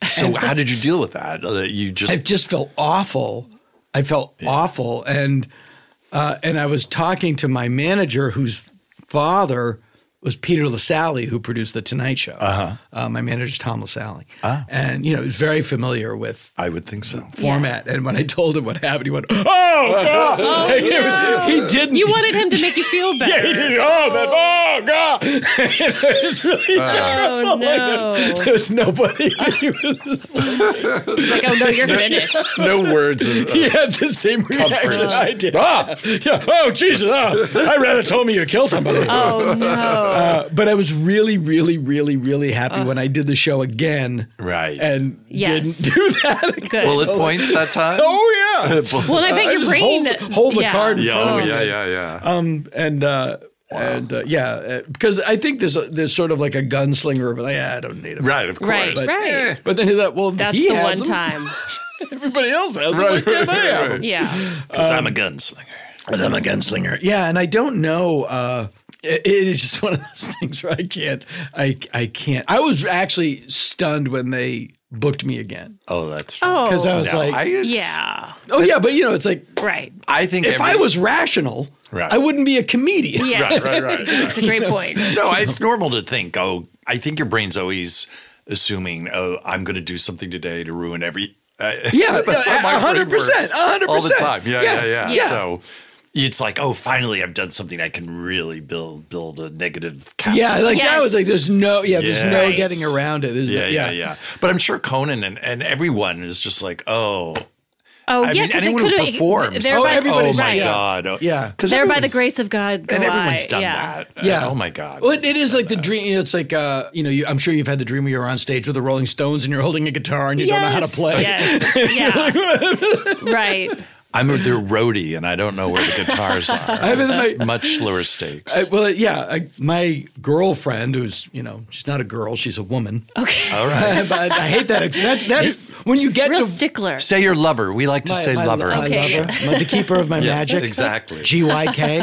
so how did you deal with that? Uh, you just
I just felt awful. I felt awful, and uh, and I was talking to my manager, whose father was Peter Lassalle, who produced the Tonight Show. Uh-huh. Ah. my manager's Tom Lassalle, and you know, he was very familiar with
I would think
[LAUGHS]
so.
format. And when I told him what happened, he went, "Oh, God!" Like, [LAUGHS] he- He didn't.
Oh, You wanted him to make you feel better.
[LAUGHS] he didn't. Oh, that's oh God! it was really [LAUGHS] terrible.
Oh no!
There was nobody. [LAUGHS] He was-
It's like, oh no,
[LAUGHS]
you're finished.
no words. Of,
he had the same reaction
Comfort.
uh, [LAUGHS] I did. Ah, yeah. Oh, Jesus! ah, I rather told me you killed somebody.
Oh no!
Uh, but I was really, really, really, really happy when I did the show again.
Right.
And
Uh. Yes.
[LAUGHS] didn't [LAUGHS] do that. again.
[LAUGHS]
[LAUGHS]
Good.
Bullet points that time? [LAUGHS]
Oh yeah.
well, and I bet
I
your
just
brain
hold- hold the card in
Yeah,
front
oh,
of
yeah,
it.
yeah, yeah.
Um, and uh, and uh, yeah, uh, because I think there's a, there's sort of like a gunslinger of like, yeah, I don't need him.
right, of course.
Right,
But,
right.
eh, but then he thought, well,
That's
he
the
has
one
them.
time.
Everybody else has them. Why
Right,
can't I have them? [LAUGHS]
Yeah.
Because I'm a gunslinger.
Because I'm a gunslinger. Yeah, and I don't know. Uh, it- it is just [LAUGHS] one of those things where I can't. I I can't. I was actually stunned when they booked me again
Oh, that's
Oh.
because I was
No,
like,
I, it's-
yeah.
[LAUGHS] oh yeah, but you know, it's like
Right.
I think
if
every-
I was rational,
Right.
I wouldn't be a comedian.
Yeah.
right, [LAUGHS] right, right.
It's a great point.
no, it's normal to think, oh, I think your brain's always assuming, oh, I'm going to do something today to ruin every. Uh,
[LAUGHS]
[LAUGHS]
Yeah,
that's how
uh,
my brain
100%,
works All the
100%.
time. Yeah,
Yes,
yeah, yeah,
yeah.
So it's like, oh, finally, I've done something I can really build build a negative castle.
Yeah, like I
Yes.
was like, there's no, yeah, there's no
Yes.
getting around it. There's no-
yeah, yeah, yeah. But I'm sure Conan and, and everyone is just like, oh,
Oh,
I
yeah.
mean,
'cause it
anyone who
could've-
performs.
thereby-
Oh,
everybody's
oh my
right.
God. Oh,
Yeah.
'Cause
There by the
everyone's-
grace of God.
And everyone's
glide.
done
yeah.
that. Uh,
Yeah.
oh my God.
Well, it is like the dream. You know, it's like uh, you know, you, I'm sure you've had the dream where you're on stage with the Rolling Stones and you're holding a guitar and you don't know how to
Yes,
play. [LAUGHS]
Yes. Yeah. right.
I'm a, they're roadie, and I don't know where the
[LAUGHS]
guitars are. I
mean, I-
much lower stakes.
I, well, yeah, I, my girlfriend, who's you know, she's not a girl, she's a woman.
Okay.
All right.
[LAUGHS] but I hate that. That's, that's when you get
Real
to
stickler.
Say your lover. We like to
my-
say
my,
lover.
my
Okay,
lover, my- the keeper of my
Yes,
magic,
exactly. Mm-hmm.
G Y K,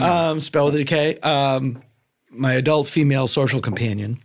um, spell with a K. Um, my adult female social companion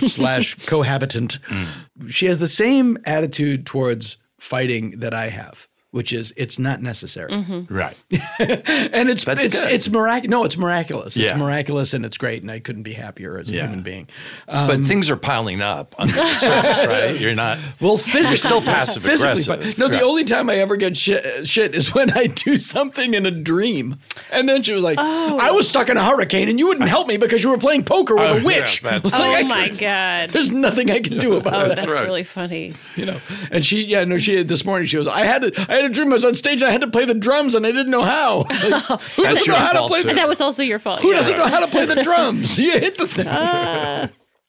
slash cohabitant.
Mm.
She has the same attitude towards fighting that I have. Which is, it's not necessary,
Right.
and it's
That's
it's
good.
it's miraculous. No, it's miraculous.
Yeah.
It's miraculous, and it's great. And I couldn't be happier as a
Yeah.
human being. Um,
but things are piling up under
[LAUGHS]
the surface, right? You're not.
Well, physically,
still passive
physically,
aggressive.
but- No, the
Yeah.
only time I ever get shit, shit is when I do something in a dream. And then she was like,
Oh.
"I was stuck in a hurricane, and you wouldn't help me because you were playing poker with
Oh,
a witch."
yeah, that's-
It's like,
oh,
I
my
could-
God. Oh,
There's nothing I can
[LAUGHS]
do about
That's
it,
right.
really funny.
you know. And she, yeah, no, she this morning she was, I had to, I had a dream I was on stage and I had to play the drums and I didn't know
[LAUGHS]
how. Like, who
That's
doesn't know
your
how to
fault,
play?
too.
The,
That was also your fault.
who
yeah.
doesn't know how to play the drums? You hit the thing.
Ah.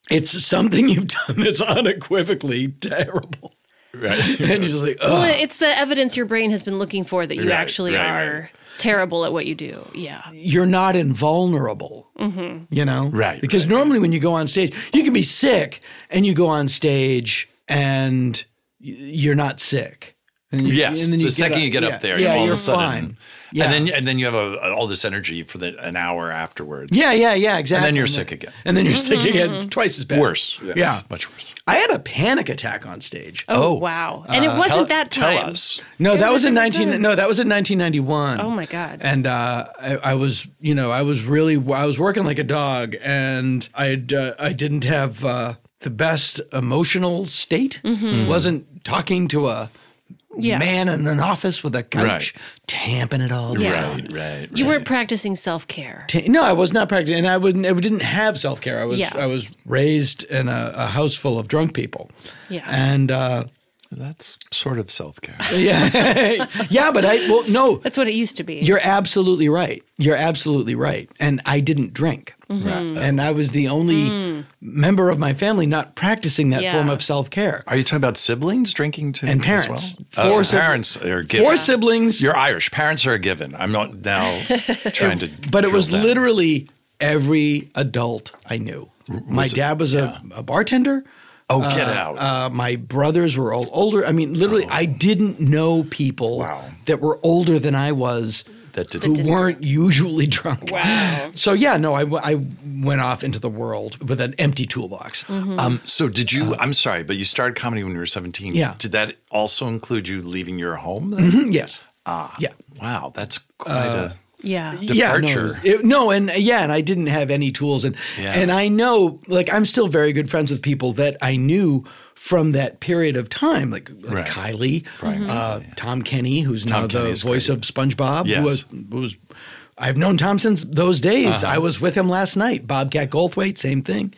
It's something you've done that's unequivocally terrible,
Right.
and you're just like, oh.
Well, it's the evidence your brain has been looking for that you
Right,
actually
right,
are terrible at what you do. Yeah.
you're not invulnerable. You know?
Right,
Because
right,
normally when you go on stage, you can be sick and you go on stage and y- you're not sick. And you-
Yes.
and then you
the
get
second
up-
you get
yeah,
up there,
yeah,
all
you're
of a sudden,
fine. Yeah.
and then and then you have a, a- all this energy for the, an hour afterwards.
yeah, yeah, yeah, exactly.
then you're sick again.
And then you're sick again, twice as bad.
Worse. Yes,
Yeah.
Much worse.
I had a panic attack on stage.
Oh, wow. And
Uh,
it wasn't
Tell,
that time.
tell us.
No, that
was
was
a
in
different
19
time.
no, that was in 1991.
Oh my God.
And uh, I, I was, you know, I was really, I was working like a dog, and I, uh, I didn't have uh, the best emotional state. wasn't talking to a
Mm-hmm. Yeah.
man in an office with a couch, tamping it all
Yeah.
down.
Right. Right.
You weren't practicing self care.
Ta- No, I was not practicing, and I wouldn't. I didn't have self care. I was.
Yeah.
I was raised in a, a house full of drunk people.
Yeah.
And uh, [LAUGHS]
That's sort of self care.
yeah, [LAUGHS] yeah. But I well, no.
That's what it used to be.
You're absolutely right. You're absolutely right. And I didn't drink.
Mm-hmm. Mm.
And I was the only member of my family not practicing that
Yeah.
form of self care.
Are you talking about siblings drinking too?
And
as
parents.
well?
Four
Oh,
sib-
parents are given.
Four siblings,
You're Irish. Parents are a given. I'm not
[LAUGHS]
now trying to.
but it
drill
was
down.
literally every adult I knew. my dad was a, a bartender.
Oh, get out.
Uh, my brothers were all older. I mean, literally, I didn't know people
Wow.
that were older than I was
that did.
who weren't usually [LAUGHS] drunk.
Wow.
So, yeah, no, I, w- I went off into the world with an empty toolbox.
Um, so did you? I'm sorry, but you started comedy when you were 17.
mm-hmm. Uh-huh. Yeah. Mm-hmm.
Did that also include you leaving your home? Then?
[CLEARS THROAT] Yes.
Ah.
Yeah.
Wow, that's quite
Uh,
a.
yeah.
departure.
Yeah, no, it- no, and uh, yeah, and I didn't have any tools, and
Yeah.
and I know, like, I'm still very good friends with people that I knew from that period of time, like, like
Right.
Kylie,
Brian
uh, Tom Kenny, who's now the
Kenny's
voice of SpongeBob,
Yes.
who was who was I've known Tom since those days.
Uh-huh.
I was with him last night. Bobcat Goldthwait, same thing.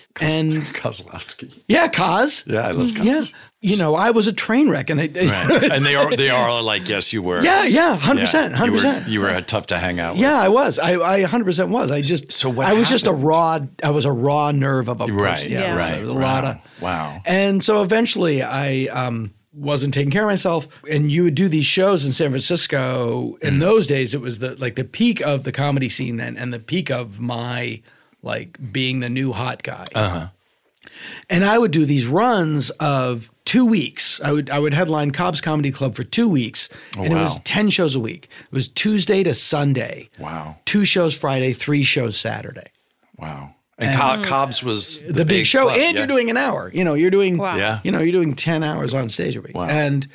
[LAUGHS]
And
Kozlowski.
yeah, Cos.
Yeah, I love Cos.
Yeah. You know, I was a train wreck, and I, [LAUGHS]
Right. and they are they are like, yes, you were.
yeah, yeah, hundred percent,
You
hundred
were,
percent.
you were tough to hang out with.
Yeah, I was. I, I 100% was. I just
So what
I was just a
happened?
raw I was a raw nerve of a person.
Right,
Yeah.
so
right.
it was a lot
Wow,
of
wow.
And so eventually I um wasn't taking care of myself and you would do these shows in San Francisco. In
Mm.
those days it was the like the peak of the comedy scene then and the peak of my like being the new hot guy. Uh-huh. And I would do these runs of 2 weeks. I would I would headline Cobb's Comedy Club for 2 weeks and it was
Oh, wow.
10 shows a week. It was Tuesday to Sunday
Wow.
two shows Friday, three shows Saturday.
Wow. And, Co- Cobb's was the,
Mm. The, big, show,
club,
and
yeah.
you're doing an hour. You know, you're doing,
Wow.
Yeah.
you know, you're doing ten hours on stage a week,
Wow.
and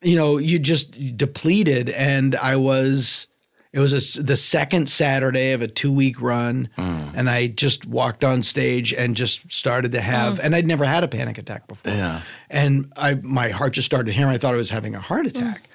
you know, you just depleted. And I was, it was a s the second Saturday of a two week run,
Hmm.
and I just walked on stage and just started to have, and I'd never had a panic attack before.
Yeah.
and I my heart just started hammering. I thought I was having a heart attack.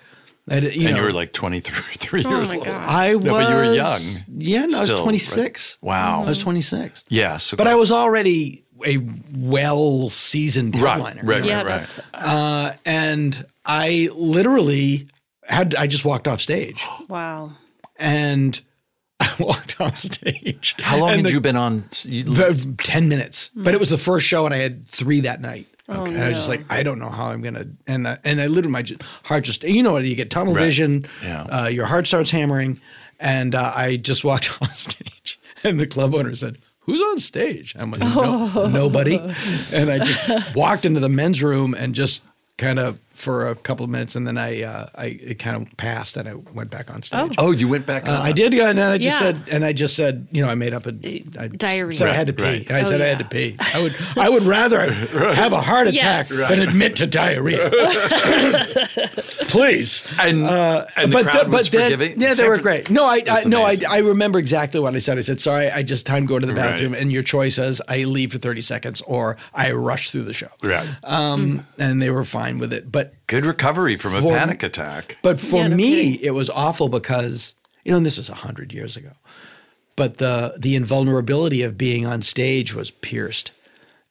I d- you
and
know, Oh
you were like 23 years
my
old.
God.
I was,
No, but you were young
Yeah, no, I
still,
was
right?
26.
Wow.
I was 26.
Yeah. So
But I was already a well seasoned
right,
headliner.
right, right,
yeah,
right.
that's
Uh, and I literally had, I just walked off stage
wow.
and [LAUGHS] I walked off stage.
How long
and
had
the-
you been on? s- You,
the- 10 minutes. But it was the first show and I had three that night.
Okay.
And I was just like, I don't know how I'm gonna, and I, and I literally my j- heart just, you know, what you get tunnel vision,
Yeah.
uh, your heart starts hammering, and uh, I just walked [LAUGHS] on stage, and the club owner said, "Who's on stage?" I'm like, no, "Nobody," and I just walked into the men's room and just kind of for a couple of minutes, and then I, uh, I it kind of passed, and I went back on stage.
oh, you went back.
Uh, I did, and then I just
Yeah.
said, and I just said, you know, I made up a I
Diarrhea. Oh,
Said I had to pee.
Right, right.
And I said I had
[LAUGHS]
to pee. I would, I would
[LAUGHS]
rather have a heart attack
Yes.
than admit to diarrhea. Please.
and and the
Uh, but
crowd
the-
was
but then,
forgiving.
yeah, they
San
were
Fran-
great. No, I, I
That's
no, I,
amazing.
I remember exactly what I said. I said, sorry, I just time going to the
Right.
bathroom, and your choice is I leave for thirty seconds or I rush through the show.
Right.
Um,
Mm.
and they were fine with it, but
Good recovery from a
For-
panic attack.
but for
Yeah, no
me,
kidding.
it was awful because you know, and this is a hundred years ago, but the the invulnerability of being on stage was pierced,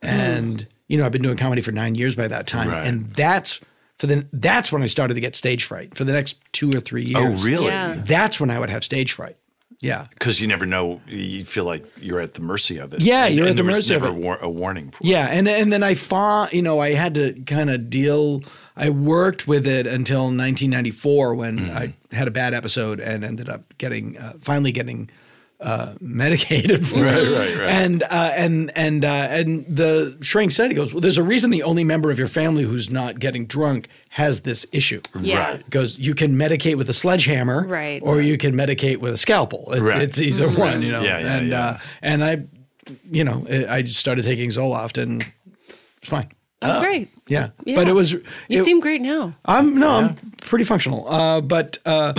Hmm.
and you know, I've been doing comedy for nine years by that time,
Right.
and that's for the that's when I started to get stage fright for the next two or three
Oh,
years.
really?
Yeah.
That's when I would have stage fright. Yeah.
Because you never know. You feel like you're at the mercy of it.
Yeah,
and,
you're at
and
the
there was
mercy of
never
it.
war- a warning for
Yeah, and and then I fought. You know, I had to kind of deal. I worked with it until 1994 when
Mm-hmm.
I had a bad episode and ended up getting uh, finally getting uh, medicated for it.
right, right.
And uh, and and uh, and the shrink said he goes, well, there's a reason the only member of your family who's not getting drunk has this issue.
Yeah.
Right.
Because you can medicate with a sledgehammer,
Right. Mm-hmm.
Or you can medicate with a scalpel. It-
Right.
It's either one, you know.
Yeah, yeah,
and
yeah.
Uh, and I, you know, I I just started taking Zoloft, and it's fine.
Oh, great.
Yeah.
Yeah.
but it was.
You
it-
seem great now.
I'm no, I'm pretty functional. Uh, but uh,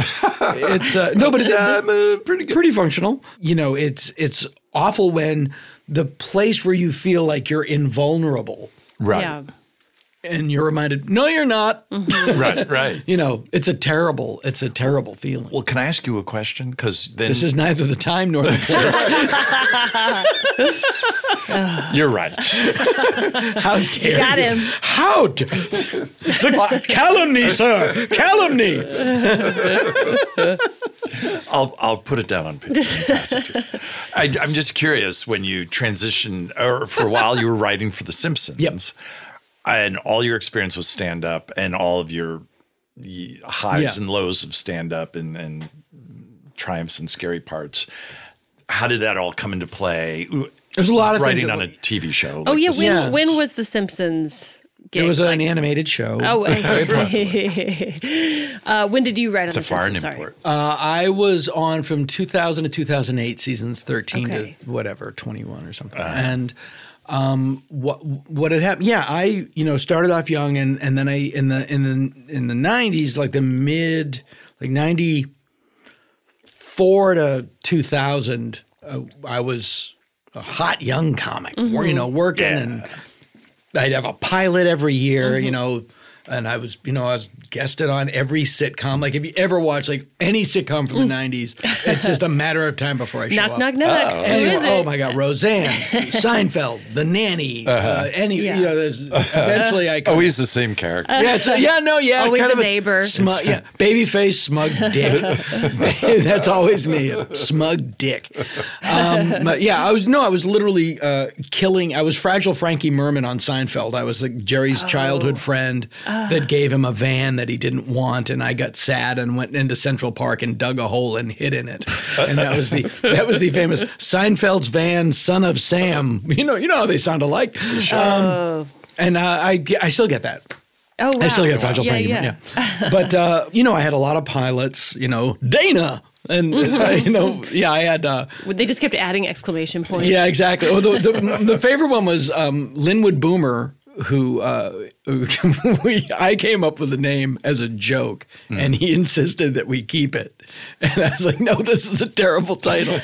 it's uh, no,
[LAUGHS]
but it,
I'm uh, pretty good.
pretty functional. You know, it's it's awful when the place where you feel like you're invulnerable
Right.
Yeah.
and you're reminded, no, you're not.
Mm-hmm.
[LAUGHS]
Right. Right.
You know, it's a terrible, it's a terrible feeling.
Well, can I ask you a question? Because then
This is neither the time nor the
[LAUGHS]
place.
you're right.
How dare
Got
you.
him.
How dare the calumny, sir? Calumny.
I'll I'll put it down on paper. and pass it to you.
[LAUGHS]
I, am just curious when you transitioned, or for a while you were writing for The Simpsons,
Yep.
and all your experience was stand up, and all of your y- highs
Yeah.
and lows of stand up, and and triumphs and scary parts. How did that all come into play?
There's a lot of
writing
things
on
that-
a TV show.
Oh
like
yeah.
The
When
Yeah.
when was the Simpsons? Gig?
It was an animated show.
oh. [LAUGHS] uh, when did you write on the
Safari
Simpsons? Sorry.
Import.
Uh, I was on from 2000 to 2008, seasons 13
Okay.
to whatever, 21 or something.
Uh-huh.
and um, what what had happened? Yeah, I you know started off young, and and then I in the in the in the 90s, like the mid like 94 to 2000, uh, I was a hot young
Mm-hmm. Mm-hmm.
comic, where you know working and I'd have a pilot every year, you know, and I was, you know, I was guested on every sitcom. Like if you ever watch like any sitcom from the '90s, it's just a matter of time before I show
Mm. knock,
up.
knock, knock. Who
Anyway,
is it?
oh my
[LAUGHS]
God, Roseanne, Seinfeld, The Nanny,
Uh-huh.
uh any, you know, there's, eventually
[LAUGHS] Oh,
I.
Always Oh, the same character.
Yeah, it's a, yeah, no, yeah.
Always
kind
a
of
neighbor.
Smug, yeah, baby face, smug dick. [LAUGHS] That's always me, a smug dick. Um, but yeah, I was no, I was literally uh, killing. I was fragile Frankie Merman on Seinfeld. I was like
Oh.
Jerry's childhood friend
Ah.
that gave him a van that he didn't want, and I got sad and went into Central Park and dug a hole and hid in it. And that was the that was the famous Seinfeld's van, son of Sam. You know, you know how they sound alike. Um, and uh, I I still get that.
Oh, wow.
I still get fragile
yeah,
Frankie.
Yeah.
Yeah. yeah. but
[LAUGHS]
uh, you know, I had a lot of pilots. You know, Dana, and uh, you know, yeah, I had. Uh,
Well, They just kept adding exclamation points.
yeah, exactly. Oh, the, the, the favorite one was um, Linwood Boomer, who uh, [LAUGHS] we, I came up with the name as a joke, and he insisted that we keep it. And I was like, no, this is a terrible title.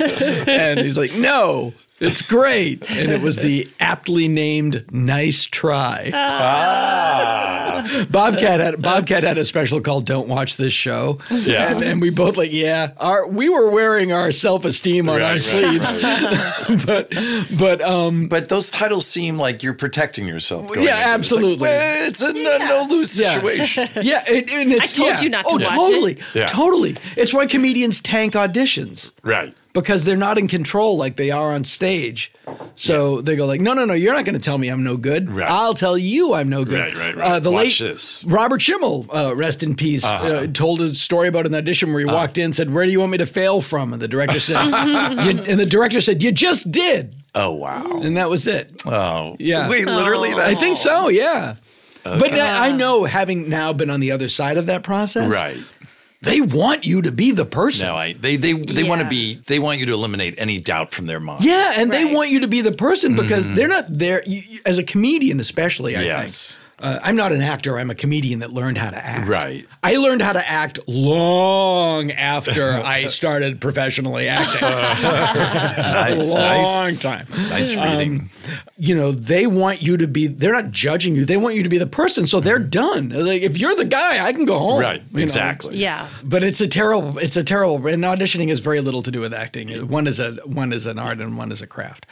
and he's like, no. It's great. And it was the aptly named Nice Try.
Oh,
Ah.
Bobcat had Bobcat had a special called "Don't Watch This Show,"
Yeah.
and, and we both like, yeah, our we were wearing our self esteem on
Right,
our
right, [LAUGHS]
sleeves, but but um,
But those titles seem like you're protecting yourself.
yeah,
into it. It's like,
absolutely.
well, It's, a no lose
Yeah. [LAUGHS]
situation.
yeah, it, and it's
told
yeah.
you not to
oh,
watch it.
totally,
Yeah.
totally. It's why comedians tank auditions
right.
because they're not in control like they are on stage. So they go like, no, no, no, you're not going to tell me I'm no good.
Right.
I'll tell you I'm no good.
Right, right, right.
Uh, the
Watch
late
this. Uh-huh.
Robert Schimmel, uh, rest in peace, uh told a story about an audition where he walked in, said, "Where do you want me to fail from?" And the director said,
[LAUGHS]
you, and the director said, "You just did,"
Oh wow.
and that was it.
Oh
Mm. Yeah.
Wait, literally that.
I think so. Yeah. But I, I know, having now been on the other side of that process,
Right.
They want you to be the person.
No, I they they they want to
Yeah.
be they want you to eliminate any doubt from their mind.
yeah, and they
Right.
want you to be the person because
Mm-hmm.
they're not there you, you- as a comedian, especially. I
Yes.
think uh, I'm not an actor. I'm a comedian that learned how to act.
Right.
I learned how to act long
[LAUGHS]
after I started professionally acting.
Nice, Uh, nice,
long time. Um,
nice reading.
you know, they want you to be, they're not judging you. They want you to be the person. So they're done. Like, if you're the guy, I can go home.
Mm-hmm. right.
Um, you know.
Exactly.
Yeah.
But it's a terrible, it's a terrible, and auditioning has very little to do with acting. One is a, one is an art and one is a craft.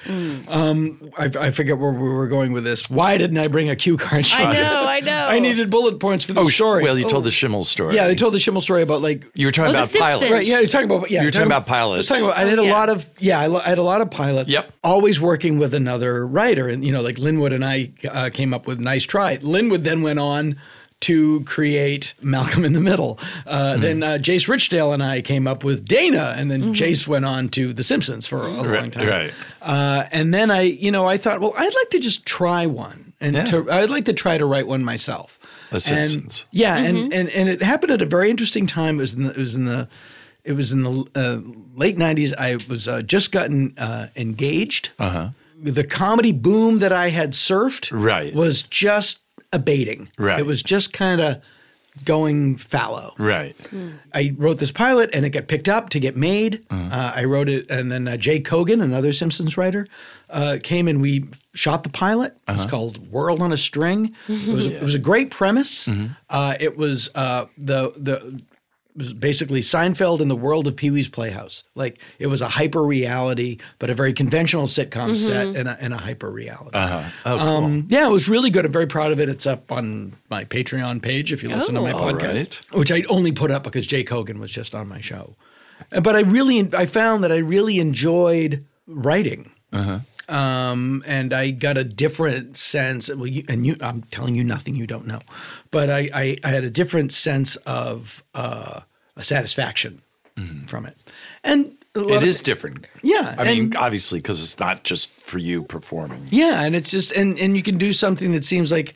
Um, I, I forget where we were going with this. Why didn't I bring a cue card?
I know. I know.
[LAUGHS] I needed bullet points for the
Oh,
story.
Well, you told the Schimmel story.
yeah, they told the Schimmel story about like
you were talking
the
about pilots.
Simpsons.
Right, yeah, you're talking about yeah,
You were talking about
I
pilots.
was talking about I did a
yeah.
lot of yeah, I, lo- I had a lot of pilots.
Yep.
Always working with another writer, and you know, like Linwood and I uh, came up with "Nice Try." Linwood then went on to create Malcolm in the Middle.
Hmm.
Uh, Then uh, Jace Richdale and I came up with Dana, and then Jace went on to The Simpsons for a long time.
right.
Uh, and then I, you know, I thought, well, I'd like to just try one, and
Yeah.
to, I'd like to try to write one myself.
The
And-
Simpsons.
yeah,
Mm-hmm.
and, and and it happened at a very interesting time. It was in the it was in the it was in the uh, late '90s. I was uh, just gotten uh, engaged. Uh-huh. The comedy boom that I had surfed
Right.
was just abating.
Right.
It was just kind of going fallow.
Right.
I wrote this pilot and it got picked up to get made. Uh, I wrote it, and then uh, Jay Kogan, another Simpsons writer, uh, came and we shot the pilot. It's called "World on a String." It, was, it was a great premise. Uh, it was uh, the the it was basically Seinfeld in the world of Pee Wee's Playhouse. Like it was a hyper reality, but a very conventional sitcom set and a, and a hyper reality.
Oh,
Um, yeah, it was really good. I'm very proud of it. It's up on my Patreon page if you listen to my
Oh.
all
podcast
right.
which I only put up because Jay Kogan was just on my show. Uh, But I really, I found that I really enjoyed writing. Um, and I got a different sense. Well, you, and you, I'm telling you nothing you don't know, but I, I, I had a different sense of uh, a satisfaction from it. And a lot
Mm-hmm. It
of-
is different.
Yeah,
I mean,
and-
obviously, because it's not just for you performing.
Yeah, and it's just and and you can do something that seems like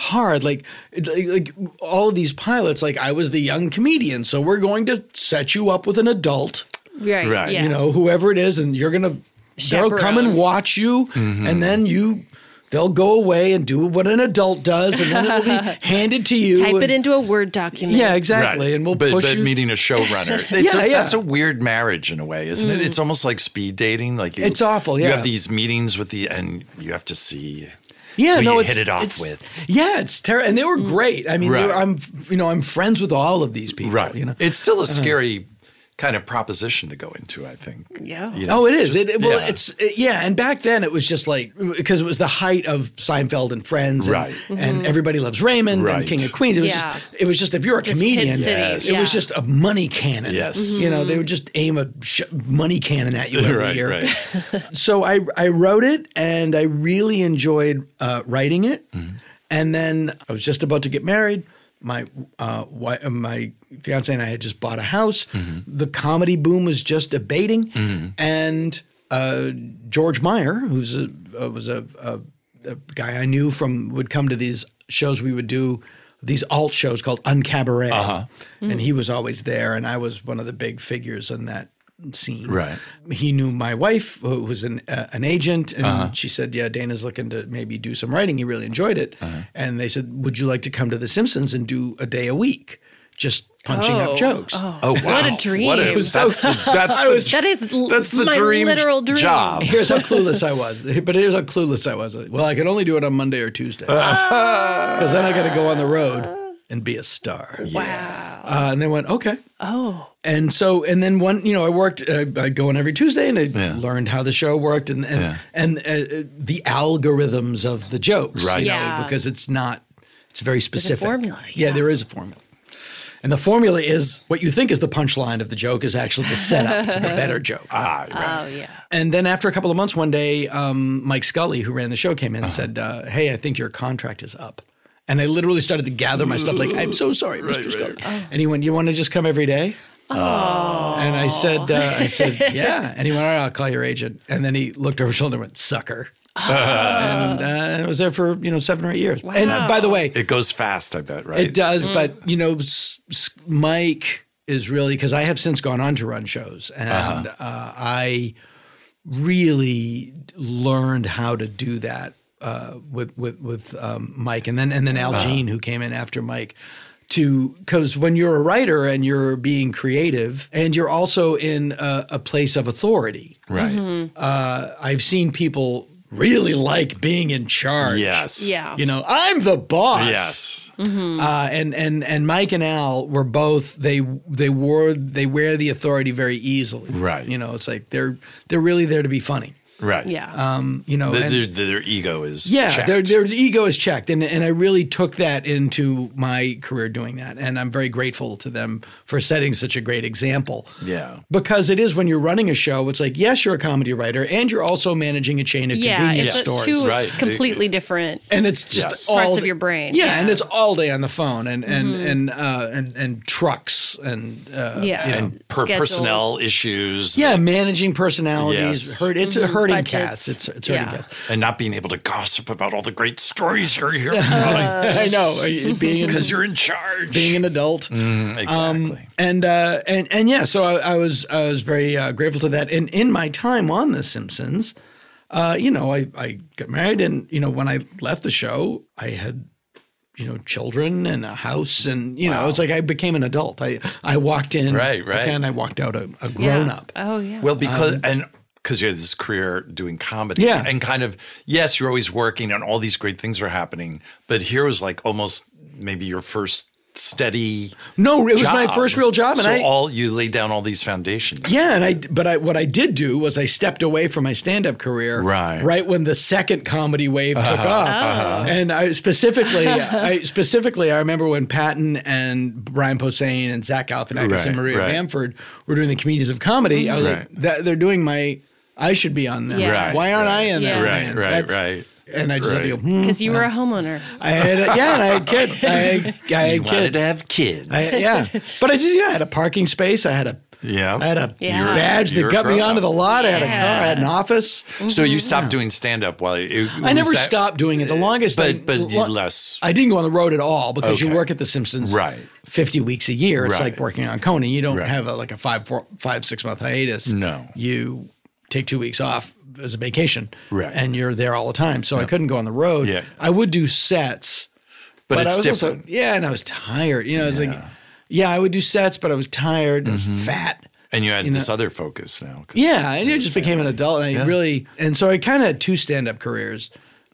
hard like it's like, like all of these pilots like I was the young comedian so we're going to set you up with an adult
Right.
Right,
Yeah.
you
you know whoever it is and you're going to they'll
Chaperone.
come and watch you
Mm-hmm.
and then you they'll go away and do what an adult does and then it'll be
[LAUGHS]
handed to you
Type
and-
it into a Word document.
yeah exactly
Right.
and we'll
but,
push
but
you
meeting a
[LAUGHS]
showrunner. It's
Yeah,
a,
yeah. Mm.
That's a weird marriage in a way, isn't it? It's almost like speed dating. Like you,
It's awful,
You
yeah.
have these meetings with the, and you have to see
Yeah,
who
no,
you
it's,
hit it off
it's-
with.
Yeah, it's terrible, and they
Mm.
were great. I mean, they
Right.
were, I'm you know I'm friends with all of these people.
Right.
You know. Uh-huh.
It's still a scary kind of proposition to go into, I think.
Yeah.
You know,
Oh, it is.
just-
it, well,
yeah.
it's it- yeah. And back then, it was just like because it was the height of Seinfeld and Friends, and,
Right.
and Everybody Loves Raymond
Right.
and King of Queens. It was
Mm-hmm. Yeah.
just it was just if you're a
Just hit
comedian,
city.
Yes.
it was
Yeah. Mm-hmm.
just a money cannon.
Yes.
you know they would just aim a sh- money cannon at you [LAUGHS]
[LAUGHS]
every
right,
year. [LAUGHS]
right.
so I I wrote it and I really enjoyed uh, writing it. And then I was just about to get married. My uh, wi- uh, my fiance and I had just bought a house. The comedy boom was just abating, and uh, George Meyer, who's a, uh, was a, a, a guy I knew from, would come to these shows we would do. These alt shows called Uncabaret, and he was always there, and I was one of the big figures in that scene.
Right.
He knew my wife, who was an uh, an agent, and she said, "Yeah, Dana's looking to maybe do some writing. He really enjoyed it." And they said, "Would you like to come to The Simpsons and do a day a week, just punching
Oh.
up jokes?"
Oh, wow.
What a dream.
What a, that's,
[LAUGHS]
the, that's, the,
that is l-
that's the
my
dream
literal dream. [LAUGHS]
job.
Here's how clueless I was. [LAUGHS] But here's how clueless I was. Well, I could only do it on Monday or Tuesday because
Ah,
[LAUGHS] then I got to go on the road and be a star.
Wow.
Uh, and they went, "Okay."
Oh.
and so and then one you know i worked uh, i'd go in every tuesday and i
Yeah.
learned how the show worked and and,
Yeah.
and uh, uh, the algorithms of the jokes
Right.
you know,
Yeah.
because it's not it's very specific
formula,
yeah.
yeah.
there is a formula and the formula is what you think is the punchline of the joke is actually the setup to
[LAUGHS]
the better joke
Ah, right.
Oh yeah.
and then after a couple of months one day um, mike scully who ran the show came in and said uh, hey i think your contract is up and i literally started to gather my stuff like i'm so sorry mr scully and he went you want to just come every day and I said, uh, I said, yeah. And he went, all right, I'll call your agent. And then he looked over his shoulder and went, sucker. and uh, I was there for, you know, seven or eight years. And
Wow.
by the way,
It goes fast, I bet, right?
it does, but, you know, S- S- Mike is really, because I have since gone on to run shows
Uh-huh.
and uh I really learned how to do that uh, with, with, with um, Mike. And then, and then
Uh-huh.
Al Jean, who came in after Mike to because when you're a writer and you're being creative and you're also in a, a place of authority
Right.
Mm-hmm.
uh, i've seen people really like being in charge
Yes.
Yeah.
you know i'm the boss
Yes.
uh, and and and mike and al were both they they wore they wear the authority very easily
Right.
you know it's like they're they're really there to be funny
Right.
Mm-hmm. Yeah.
um you know
Their,
and-
their, their ego is
yeah,
checked.
their, their ego is checked, and and I really took that into my career doing that, and I'm very grateful to them for setting such a great example.
Yeah.
Because it is when you're running a show, it's like yes, you're a comedy writer, and you're also managing a chain of
yeah.
convenience
It's a-
stores,
two
right.
completely different.
and it's just
Yes.
all
Parts of
day-
your brain,
Yeah,
yeah. Mm-hmm.
and it's all day on the phone, and and and uh, and and trucks, and uh,
Yeah.
and per
Schedules.
personnel issues.
yeah, managing personalities.
Yes.
Hurt, it's a
Mm-hmm.
hurting
Budgets.
cats. It's it's hurting
Yeah.
cats. [LAUGHS]
And not being able to gossip about all the great stories you're hearing
I
[LAUGHS]
know being an,
because you're in charge.
Uh-huh.
Mm,
being um, an adult.
Mm-hmm. exactly.
and uh, and and yeah, so I, I was I was very uh, grateful to that. And in my time on The Simpsons, uh, you know, I I got married, and you know, when I left the show, I had you know children and a house, and you know, it's like I became an adult. I I walked in,
Right, right.
and I walked out a, a grown
Yeah.
up.
Oh yeah.
Well, because and because you had this career doing comedy,
um, Yeah.
and kind of yes, you're always working, and all these great things are happening. But here was like almost maybe your first steady.
No, it was
job.
my first real job, and
so
I
all you laid down all these foundations.
Yeah, and I but I what I did do was I stepped away from my stand-up career
Right. Uh-huh.
right when the second comedy wave took off. And
[LAUGHS]
I specifically I specifically I remember when Patton and Brian Posehn and Zach Galifianakis
Right,
and Maria
right.
Bamford were doing the comedians of comedy. I was
Right.
like that, they're doing my I should be on that.
Yeah. Right,
Why aren't I
right.
in that?
Yeah.
Right,
band?
right,
That's-
right.
And I just had to go,
Right.
hmm.
because you were a homeowner.
I had a, yeah, and I had kids. I had, I
[LAUGHS]
had
You wanted
kids.
to have kids.
I,
[LAUGHS]
yeah, but I did. Yeah, I had a parking space. I had a
yeah.
I had a
Yeah.
badge
You're
that
a
got me
grown-up.
onto the lot. I had a car.
Yeah.
I had an office.
so you stopped doing stand up while it, it
I
was
never
that-
stopped doing it. The longest, I-
But but you
lo-
less.
I didn't go on the road at all because you
Okay.
work at The Simpsons,
Right.
Fifty weeks a year. It's
Right.
like working on Conan. You don't
Right.
have a, like a five, four, five, six month hiatus.
No.
you take two weeks off as a vacation,
Right.
And you're there all the time. So I couldn't go on the road.
Yeah.
I would do sets,
but,
I
it's
was
different.
Also, yeah, and I was tired. You know, it's like, yeah, I would do sets, but I was tired. I
Mm-hmm.
was fat.
and you had this other focus now. 'cause-
Yeah, and I just became an adult, and I really and so I kind of had two stand up careers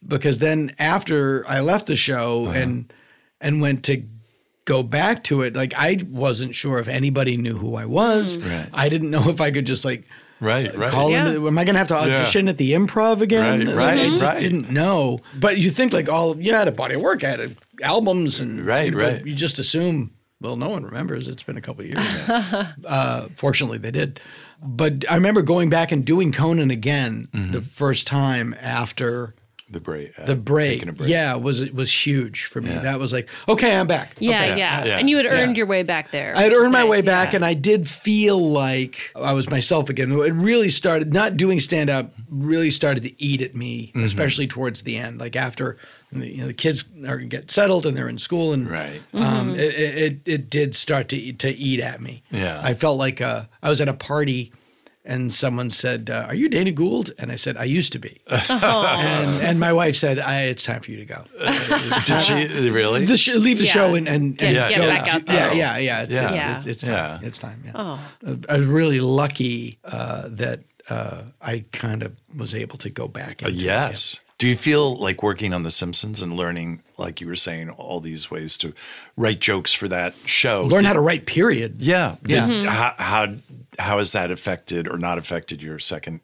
because then after I left the show
Uh-huh.
and and went to go back to it, like I wasn't sure if anybody knew who I was.
Right.
I didn't know if I could just like
Right, right.
Uh, call
Yeah.
into. Am I going to have to
Yeah.
audition at the improv again?
Right,
Like,
right,
I just
right.
didn't know. But you think like all yeah, I had a body of work, I had uh, albums and
Right,
but
right.
You just assume. Well, no one remembers. It's been a couple of
[LAUGHS]
years. uh, fortunately, they did. But I remember going back and doing Conan again
Mm-hmm.
the first time after
the break. uh,
the break.
Taking a break.
Yeah, was it was huge for me. That was like, okay, I'm back.
Yeah,
Okay.
yeah,
Yeah.
And you had earned your way back there.
I had earned my way
Nice,
back,
yeah.
and I did feel like I was myself again. It really started not doing stand up really started to eat at me,
Mm-hmm.
especially towards the end. Like after the, you know, the kids are get settled and they're in school, and
Right.
um, it, it it- it did start to eat, to eat at me.
Yeah.
I felt like uh, I was at a party. And someone said, uh, "Are you Dana Gould?" And I said, "I used to be." and, and my wife said, I, "It's time for you
[LAUGHS]
to go."
[LAUGHS] Did
[LAUGHS]
she really?
the sh- leave the
Yeah.
show and, and, and
Get-
get back
out
Oh, yeah,
there.
yeah, yeah, it's,
Yeah.
It's, it's, it's time.
Yeah.
It's time. Yeah.
Oh.
Uh, I was really lucky uh, that uh, I kind of was able to go back.
Uh,
into it,
yes. Do you feel like working on The Simpsons and learning, like you were saying, all these ways to write jokes for that show?
Learn how to write. Period.
yeah.
Yeah.
Did- How, how how has that affected or not affected your second?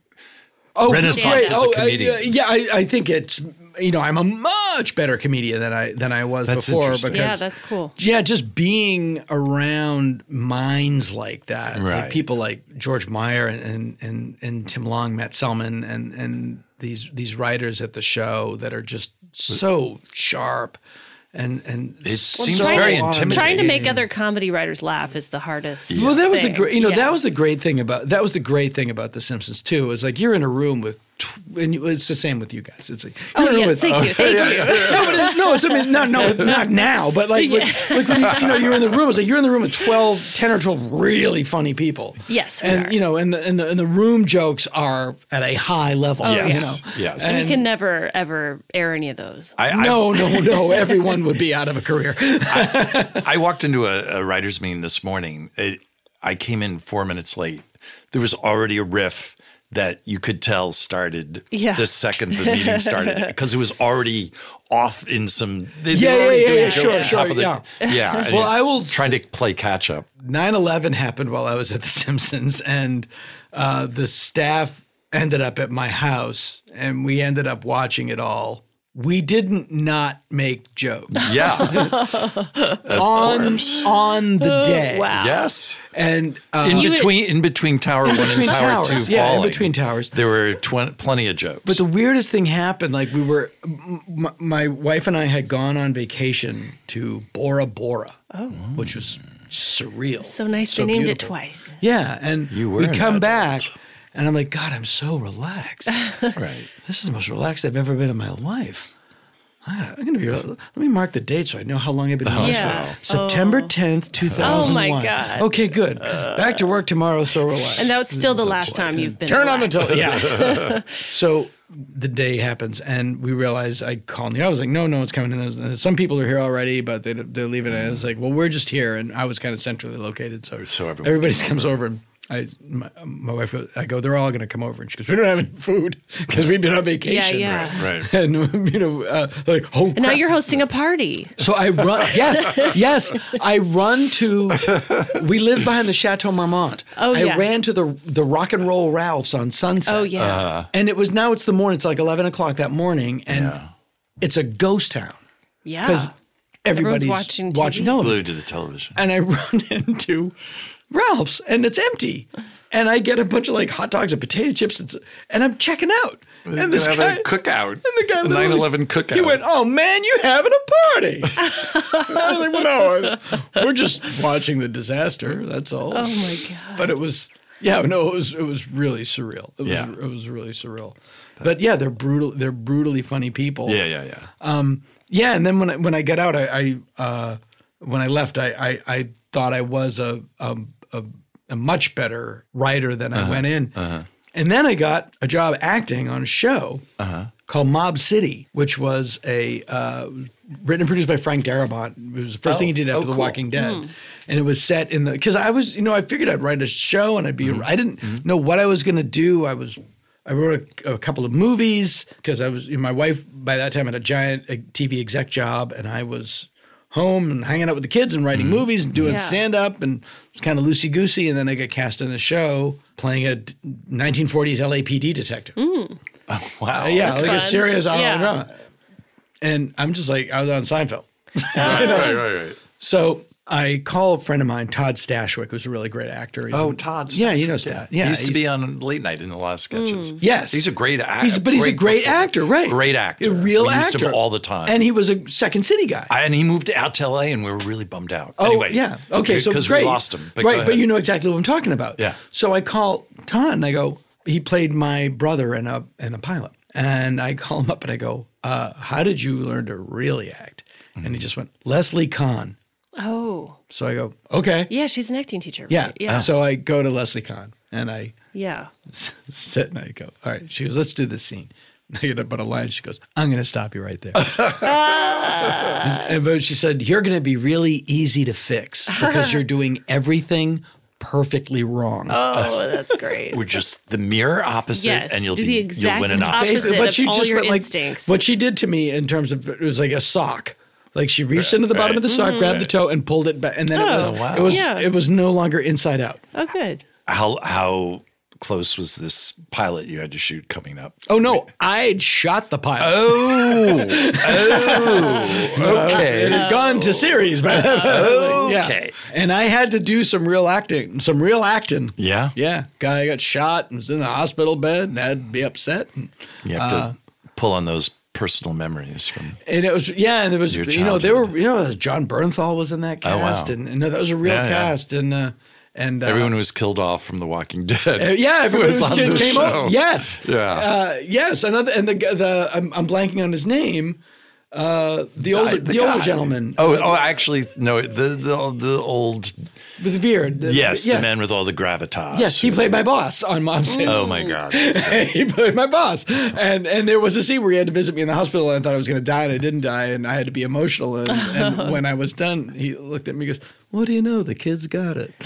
Oh,
Renaissance
right.
as a
Oh, I-
comedian.
yeah, I, I think it's you know I'm a much better comedian than I than I was
That's
before.
interesting.
Because
Yeah, that's cool.
yeah, just being around minds like that,
Right.
like people like George Meyer and and and, and Tim Long, Matt Selman, and and these these writers at the show that are just so sharp, and and
It
so
seems very
on-
intimidating.
Trying to make other comedy writers laugh is the hardest.
Well, that was
thing.
the great, you know,
Yeah.
that was the great thing about that was the great thing about The Simpsons too. Is like you're in a room with, tw- and you- it's the same with you guys. It's like
Oh
you're in a
yes,
room with
thank you,
[LAUGHS]
thank you.
no, but it, no, it's, I mean, not, no, not now, but like, when- like when you, you know, you're in the room, it's like you're in the room with 12, 10 or 12 really funny people.
Yes, we
And,
are.
you know, and the, and the, and the room jokes are at a high
Oh,
level. you
yes.
know.
Yes.
We can never ever air any of those.
I, I-
No, no, no. Everyone would be out of a career.
I walked into a, a writer's meeting this morning. It, I came in four minutes late. There was already a riff that you could tell started
Yeah.
the second the meeting started
[LAUGHS]
because it was already off in some. They, they
Yeah,
were
yeah,
already
yeah,
doing
yeah,
jokes
sure,
on
sure,
top of the-
yeah.
yeah, and
Well, I will-
trying to play catch up.
9 11 happened while I was at The Simpsons, and uh, the staff ended up at my house, and we ended up watching it all. We didn't not make jokes
Yeah.
on on the day.
Oh,
[LAUGHS]
Wow.
yes.
And uh,
In
You would-
between, in between Tower One
between
and Tower
towers.
Two,
Yeah, in
falling,
between towers.
there were twen- plenty of jokes.
But the weirdest thing happened. Like we were, m- m- my wife and I had gone on vacation to Bora Bora, which was surreal.
Oh. So nice they named it
beautiful.
twice.
Yeah, and
You were
we
an
come
adult.
back, and I'm like, God, I'm
[LAUGHS]
so relaxed.
right.
this is the most relaxed I've ever been in my life. I- I'm gonna be. uh, Let me mark the date so I know how long I've been doing this
Uh-huh.
Yeah. Oh.
for. September 10th, 2001.
God.
Okay, good. Back to work tomorrow. So relaxed.
And that was still
Mm,
the last time you've been.
Turn on the
alive.
television. Yeah.
[LAUGHS]
so the day happens, and we realize I called Neil. I was like, no, no, it's coming. And I was- And some people are here already, but they, they're leaving. And I was like, well, we're just here. And I was kind of centrally located. So,
So everyone-
everybody [LAUGHS] comes over. And I, my, my wife, goes, I go, they're all going to come over. And she goes, we don't have any food because we've been on vacation.
yeah.
Right.
[LAUGHS] And, you know, uh, like, oh,
And now
crap.
you're hosting a
[LAUGHS]
party.
So I run. yes, yes. I run to. We live behind the Chateau Marmont.
Oh,
I
yeah.
ran to the the Rock and Roll Ralphs on Sunset.
Oh yeah.
And it was now it's the morning. It's like eleven o'clock that morning, and
Yeah.
it's a ghost town because
yeah.
everybody's
watching TV.
watching television.
Glued to the television.
And I [LAUGHS] run into Ralph's, and it's empty. And I get a bunch of like hot dogs and potato chips, and, s- and I'm checking out. And this
have
guy
a cookout.
And the guy,
A
literally-
9/11 cookout.
He went, "Oh man, you having
[LAUGHS]
a party?" I was like, "Well, no, we're just watching the disaster. That's all."
Oh my god.
but it was yeah no it was it was really surreal it was,
Yeah.
it was really surreal but yeah they're brutal they're brutally funny people
Yeah, yeah, yeah.
Uh, yeah and then when I, when I got out I, I uh when I left I I, I thought I was a a, a a much better writer than I went in and then I got a job acting on a show called Mob City which was a uh, written and produced by Frank Darabont it was the first thing he did after The Walking Dead
Hmm.
and it was set in the because I was you know I figured I'd write a show and I'd be I didn't know what I was gonna do I was I wrote a, a couple of movies because I was my wife by that time had a giant uh, TV exec job, and I was home and hanging out with the kids and writing movies and doing
Yeah.
stand up and it's kind of loosey goosey. And then I got cast in the show playing a d- 1940s LAPD detective.
Wow.
Uh, yeah, like a
fun.
serious I
Yeah.
don't know. And I'm just like I was on Seinfeld.
[LAUGHS] Right, right, right, right.
So I call a friend of mine, Todd Stashwick, who's a really great actor. He's
Oh,
in-
Todd
Yeah, you know
Stashwick,
Todd. Yeah,
he used to
he's-
be on late night in a lot of sketches.
Yes,
He's a great actor.
He's, but he's a great actor, right?
Great actor.
a real
we
actor.
used him all the time.
and he was a Second City guy.
I- and he moved out to LA, and we were really bummed out.
Oh,
anyway,
yeah. Okay, so
because
great.
we lost him. But
right,
go
but
ahead.
you know exactly what I'm talking about.
Yeah.
So I call Todd and I go, he played my brother in a in a pilot, and I call him up and I go, uh, how did you learn to really act? And he just went, Leslie Kahn.
Oh,
So I go, okay,
yeah, she's an acting teacher.
yeah. Uh-huh.
right? yeah,
So I go to Leslie Kahn and I
yeah.
sit and I go, all right. She goes, let's do this scene. [LAUGHS] And I get up on a line. She goes, I'm going to stop you right there.
Ah.
[LAUGHS] and, but she said, you're going to be really easy
[LAUGHS]
to fix because you're doing everything perfectly wrong.
Oh, that's
[LAUGHS]
great.
we're just the mirror opposite,
Yes,
and you'll
do the
be
exact
you'll win an Oscar.
opposite.
Basically,
of all your
went, like,
instincts.
what she did to me in terms of it was like a sock. Like she reached into the bottom of the sock, grabbed the toe, and pulled it back, and then it was
Oh, wow.
it was
Mm-hmm. Yeah.
it was no longer inside out.
Oh, good.
How how close was this pilot you had to shoot coming up?
Oh no, I'd shot the pilot.
Oh, oh,
It
okay.
had gone to series by [LAUGHS] then.
Okay.
And I had to do some real acting, some real acting.
Yeah,
Yeah. Guy got shot and was in the hospital bed and I'd be upset. And,
you have to pull on those personal memories from.
and it was, Uh, yeah. And there was,
Your
you know, they were,
childhood.
you know, John Bernthal was in that
Oh, wow.
cast and, and that was a real
Yeah, yeah.
cast. And, uh, and uh,
Everyone who was killed off from The Walking Dead.
uh, yeah,
[LAUGHS]
everyone
was
was
on
came
the
came
show.
over. Yes.
Yeah.
Uh, yes. Another, and the, gu- the, I'm, I'm blanking on his name. Uh, the older,
I-
the, older
guy-
gentleman
Oh, oh, actually, no, the the, the old
with the beard. The-
yes, the man with all the gravitas.
Yes, he played my boss on Mom Said. [LAUGHS]
Oh my god, that's great.
he played my boss. And and there was a scene where he had to visit me in the hospital and I thought I was going to die and I didn't die and I had to be emotional. And, and when I was done, he looked at me and goes, What do you know? The kid's got it. [LAUGHS]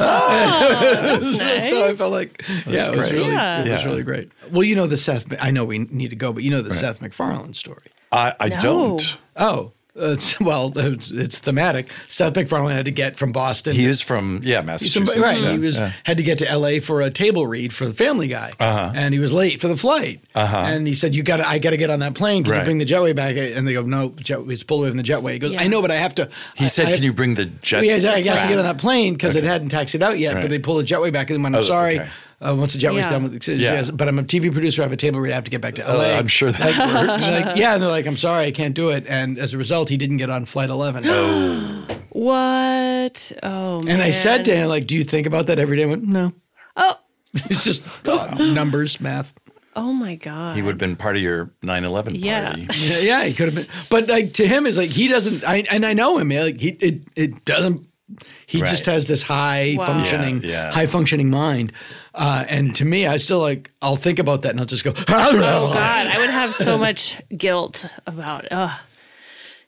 so I felt like, yeah, it was,
great.
really,
Yeah.
it was really great. Well, you know, the Seth, I know we need to go, but you know the Seth MacFarlane story.
I, I don't.
Oh, it's, [LAUGHS] well, it's, it's thematic. Seth MacFarlane had to get from Boston.
He is from yeah, Massachusetts.
Somebody- right.
yeah. Uh-huh.
He was had to get to L.A. for a table read for the Family Guy, and he was late for the flight. And he said, "You got, to I got to get on that plane. Can
Right.
you bring the jetway back?" And they go, "No, jet, it's pulled away from the jetway." He goes,
Yeah.
"I know, but I have to."
He said, "Can you bring the jet?"
Yeah, I got to
back?"
get on that plane because it hadn't taxied out yet.
Right.
But they pulled the jetway back, and when I'm
Oh,
sorry.
okay.
Uh, once the jetway's
Yeah.
done with the
Yeah.
yes, but I'm a TV producer. I have a table read. I have to get back to LA.
Uh, I'm sure that [LAUGHS] worked.
They're like, yeah, and they're like, I'm sorry, I can't do it. And as a result, he didn't get on flight 11.
Oh.
and
What? Oh, man.
I said to him, like, do you think about that every day? I went, no.
oh,
[LAUGHS]
It's just uh, numbers, math.
oh my God.
He would have been part of your 9/11
Yeah.
party.
[LAUGHS] Yeah, yeah, he could have been. But like to him, it's like he doesn't. I and I know him. yeah, Like he, it, it doesn't. He
Right.
just has this high
Wow.
functioning,
Yeah, yeah.
high functioning mind. Uh, and to me, I still like. I'll think about that, and I'll just go. [LAUGHS]
Oh God, I would have so much guilt about. Uh,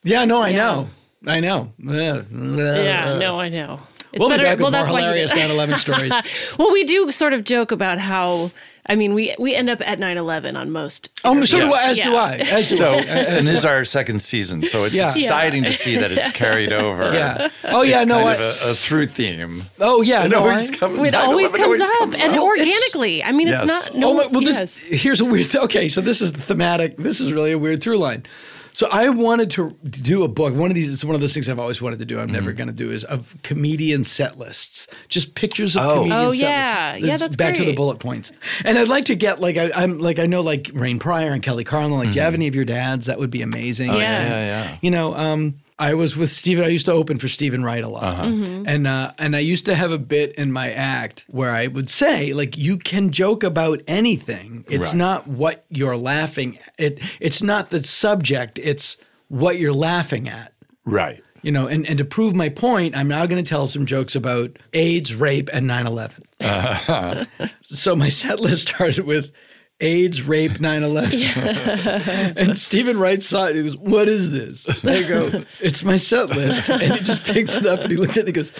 Yeah, no, I know, I know. Yeah, Uh,
yeah, no, I know. It's
We'll be back with more
that's why you
hilarious
[LAUGHS] did-
9/11 stories.
well, we do sort of joke about how. I mean, we we end up at 9-11 on most.
Oh, so do I. As do
Yeah.
I. As do
So,
I.
and this is our second season, so it's
Yeah.
exciting to see that it's carried over. [LAUGHS]
Yeah. Oh yeah.
it's
no.
kind
I,
of a, a through theme.
oh yeah.
It
no. I,
always comes.
It always
9/11
comes up and
up.
organically. I mean,
Yes.
it's not.
Oh
No,
my, well, this
yes.
here's a weird. Okay, so this is the thematic. This is really a weird through line. So I wanted to do a book. One of these. It's one of those things I've always wanted to do. I'm
Mm-hmm.
never going to do is of comedian set lists. Just pictures of
Oh.
comedian
Oh,
set
yeah.
lists.
Yeah,
It's
that's
back to the
great.
bullet points. And I'd like to get like I, I'm like I know like Rain Pryor and Kelly Carlin. Like, do you have any of your dads? That would be amazing.
yeah.
Mm-hmm. Oh, Yeah, yeah.
You know, um, I was with Steven. I used to open for Steven Wright a lot, and uh, and I used to have a bit in my act where I would say like, "You can joke about anything. It's
Right.
not what you're laughing. At. It it's not the subject. It's what you're laughing at."
Right.
You know, and, and to prove my point, I'm now going to tell some jokes about AIDS, rape, and 9 11. so my set list started with AIDS, rape, 9 11. and Stephen Wright saw it. He goes, What is this? I go, It's my set list. And he just picks it up and he looks at it and he goes,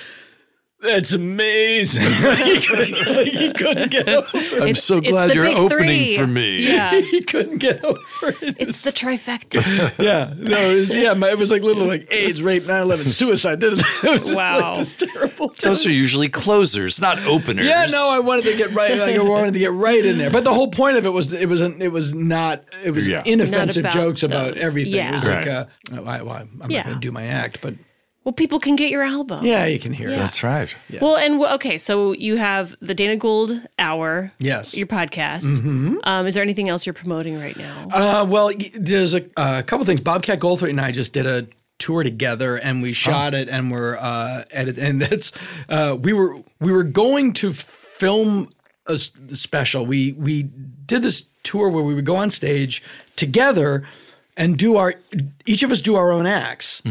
That's amazing. [LAUGHS] he, couldn't, like, he couldn't get over
I'm
it.
It's-
so
it's
glad
the
you're
big
opening
three.
for me. [LAUGHS]
Yeah.
He couldn't get over it.
It's the trifecta.
yeah. No, it was, yeah, my, it was like little like AIDS, rape, 9 11, suicide. [LAUGHS] It was
Wow.
Like this terrible
Those are usually closers, not openers.
Yeah, no, I wanted to get right. Like, I wanted to get right in there. But the whole point of it was that it was an, it was not it was
Yeah.
inoffensive
Not about
jokes about
those.
everything. It
Yeah.
was like,
Right.
uh, oh, I, well, I'm
Yeah.
not going to do my act, but
well, people can get your album.
yeah, you can hear it.
That's right.
Well, and w- okay, so you have the Dana Gould Hour.
Yes. Mm-hmm.
Your podcast. Um, is there anything else you're promoting right now?
Uh, well, y- there's a a couple things. Bobcat Goldthwait and I just did a tour together, and we shot it, and we're uh, edit, and that's uh, we were we were going to film a s- special. We we did this tour where we would go on stage together and do our each of us do our own acts,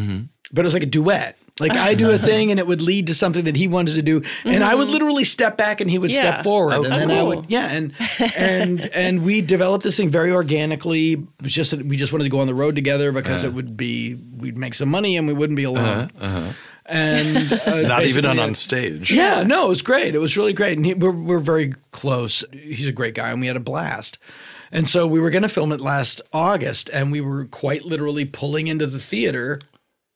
but it was like a duet. Like I do a thing and it would lead to something that he wanted to do, and I would literally step back and he would
Yeah.
step forward, and then I
cool.
would yeah, and and and we developed this thing very organically. It was just that we just wanted to go on the road together
Uh-huh.
because it would be we'd make some money and we wouldn't be alone.
[LAUGHS]
And uh,
uh-huh. Not even on,
basically-
on stage.
Yeah, no, it was great. It was really great, and he, we're we're very close. He's a great guy, and we had a blast. And so we were going to film it last August, and we were quite literally pulling into the theater,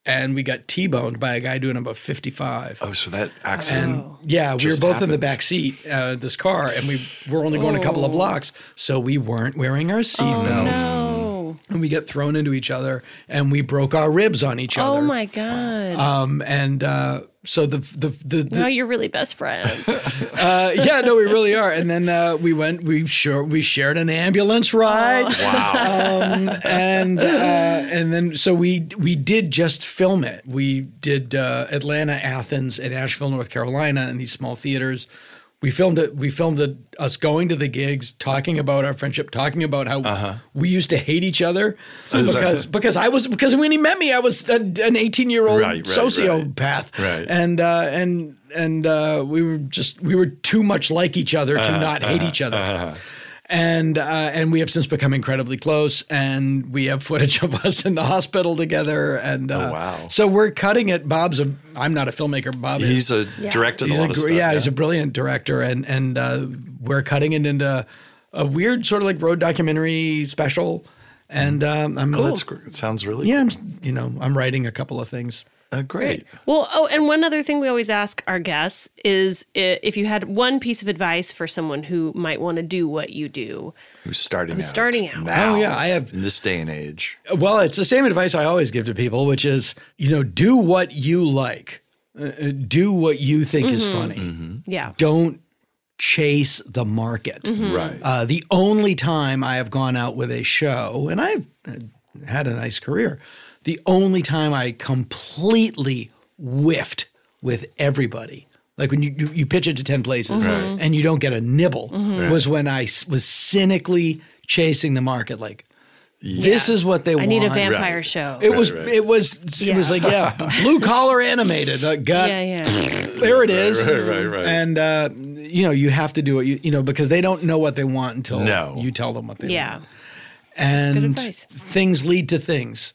and we got t-boned by a guy doing about fifty-five.
Oh, so that accident.
Oh. Yeah, we were
just
both in the
happened.
back seat, uh, this car, and we were only going a couple of blocks, so we weren't wearing our seatbelts,
oh.
and we got thrown into each other, and we broke our ribs on each
Oh
other.
my God.
Um, and uh, so the the the, the
now you're really best
[LAUGHS]
friends.
uh, yeah, no, we really are. And then uh, we went, we sure we shared an ambulance ride.
Oh.
Wow.
um, and uh, and then so we we did just film it. We did uh, Atlanta, Athens, and Asheville, North Carolina, in these small theaters. We filmed it. We filmed it, us going to the gigs, talking about our friendship, talking about how
Uh-huh.
we used to hate each other
Is that-
because because I was because when he met me, I was a, an eighteen year old
Right, right,
sociopath,
Right.
and uh, and and uh, we were just we were too much like each other to
Uh-huh.
not hate each other and uh, and we have since become incredibly close, and we have footage [LAUGHS] of us in the hospital together, and uh,
Oh, wow.
so we're cutting it. Bob's a I'm not a filmmaker. Bob is.
He's a directed
He's
a lot
a
of
gr-
stuff.
yeah, he's a brilliant director, and and uh, we're cutting it into a weird sort of like road documentary special, and
Mm.
um, I'm
Well, that's great. It sounds really
yeah, I'm s- you know I'm writing a couple of things.
uh, great.
Well, oh, and one other thing we always ask our guests is i- if you had one piece of advice for someone who might want to do what you do.
Who's starting out?
starting out.
Now,
Oh, yeah, I have-
in this day and age.
Well, it's the same advice I always give to people, which is you know do what you like, Uh, uh, do what you think is
Mm-hmm.
funny.
Yeah.
don't chase the market.
Mm-hmm.
Right.
Uh, the only time I have gone out with a show, and I've uh, had a nice career, the only time I completely whiffed with everybody. Like when you, you, you pitch it to 10 places
Mm-hmm.
and you don't get a nibble, was when I s- was cynically chasing the market. Like, this is what they
I
want.
need a vampire show.
It was,
right.
it was, it was like,
[LAUGHS]
yeah, blue collar animated. Uh, got,
yeah, yeah.
there it is.
right, right, right.
And uh, you know, you have to do it. You, you know, because they don't know what they want until
No.
you tell them what they
yeah.
want. And
advice. Mm-hmm.
things lead to things.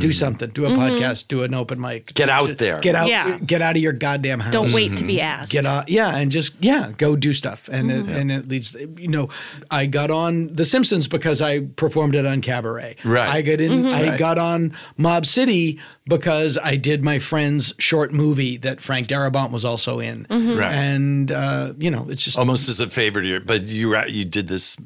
Do something. Do a podcast. Do an open mic.
Hmm. Get out
Just
there.
Get out.
Yeah.
Get out of your goddamn house.
Don't wait to be asked.
Mm. Get out. Yeah, and just yeah, go do stuff. And
Mm-hmm.
it, and it leads. You know, I got on The Simpsons because I performed it on Cabaret.
Right.
I got in. I got on Mob City because I did my friend's short movie that Frank Darabont was also in.
Mm-hmm. Right.
And uh, you know, it's just.
Almost as a favor to your, but you ra- you did this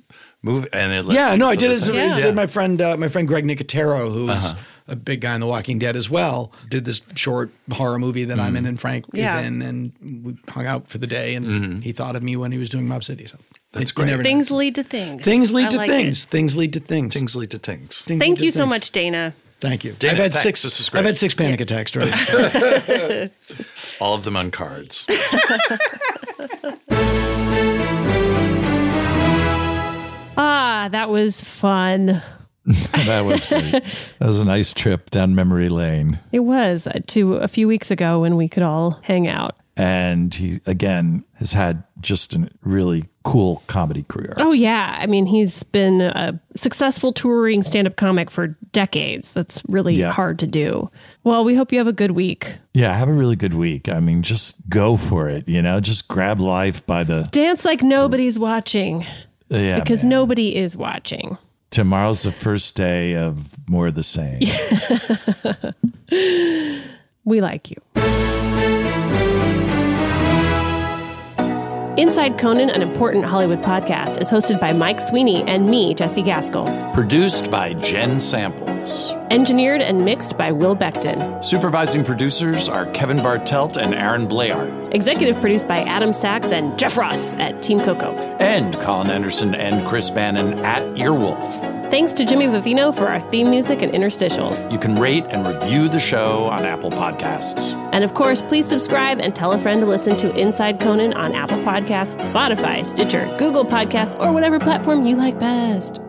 movie and it. led
yeah,
to
no, I
this
did
other
it.
thing. Uh-huh.
Yeah.
I did my friend, uh, my friend Greg Nicotero, who's a big guy in The Walking Dead as well, did this short horror movie that
Mm.
I'm in and Frank
Yeah.
is in, and we hung out for the day, and he thought of me when he was doing Mob City. So
Mm-hmm. That's
you
great.
never know.
Things lead to things.
Things lead
I
to
like it.
things. Things lead to things.
Things lead to things.
Things lead
Thank
to
you so
things.
much, Dana.
Thank you.
Dana,
I've had
thanks.
six.
This was
I've
great.
had six panic attacks.
[LAUGHS]
Right.
All of them on cards.
Ah, that was fun.
That was great. that was a nice trip down memory lane.
It was uh, to a few weeks ago when we could all hang out.
And he, again, has had just a really
cool comedy career.
Oh yeah, I mean he's been a successful touring stand-up comic for decades. That's really
Yeah.
hard to do. Well, we hope you have a good week.
Yeah, have a really good week. I mean, just go for it, you know? Just grab life by the
Dance like nobody's watching
yeah.
because nobody is watching.
tomorrow's the first day of more of the same.
We like you. Inside Conan, an important Hollywood podcast, is hosted by Mike Sweeney and me, Jesse Gaskell.
[LAUGHS] Produced by Jen Samples.
Engineered and mixed by Will Beckton.
Supervising producers are Kevin Bartelt and Aaron Blayard,
Executive produced by Adam Sachs and Jeff Ross at Team Coco.
and Colin Anderson and Chris Bannon at Earwolf.
Thanks to Jimmy Vivino for our theme music and interstitials.
You can rate and review the show on Apple Podcasts.
And of course, please subscribe and tell a friend to listen to Inside Conan on Apple Podcasts, Spotify, Stitcher, Google Podcasts, or whatever platform you like best.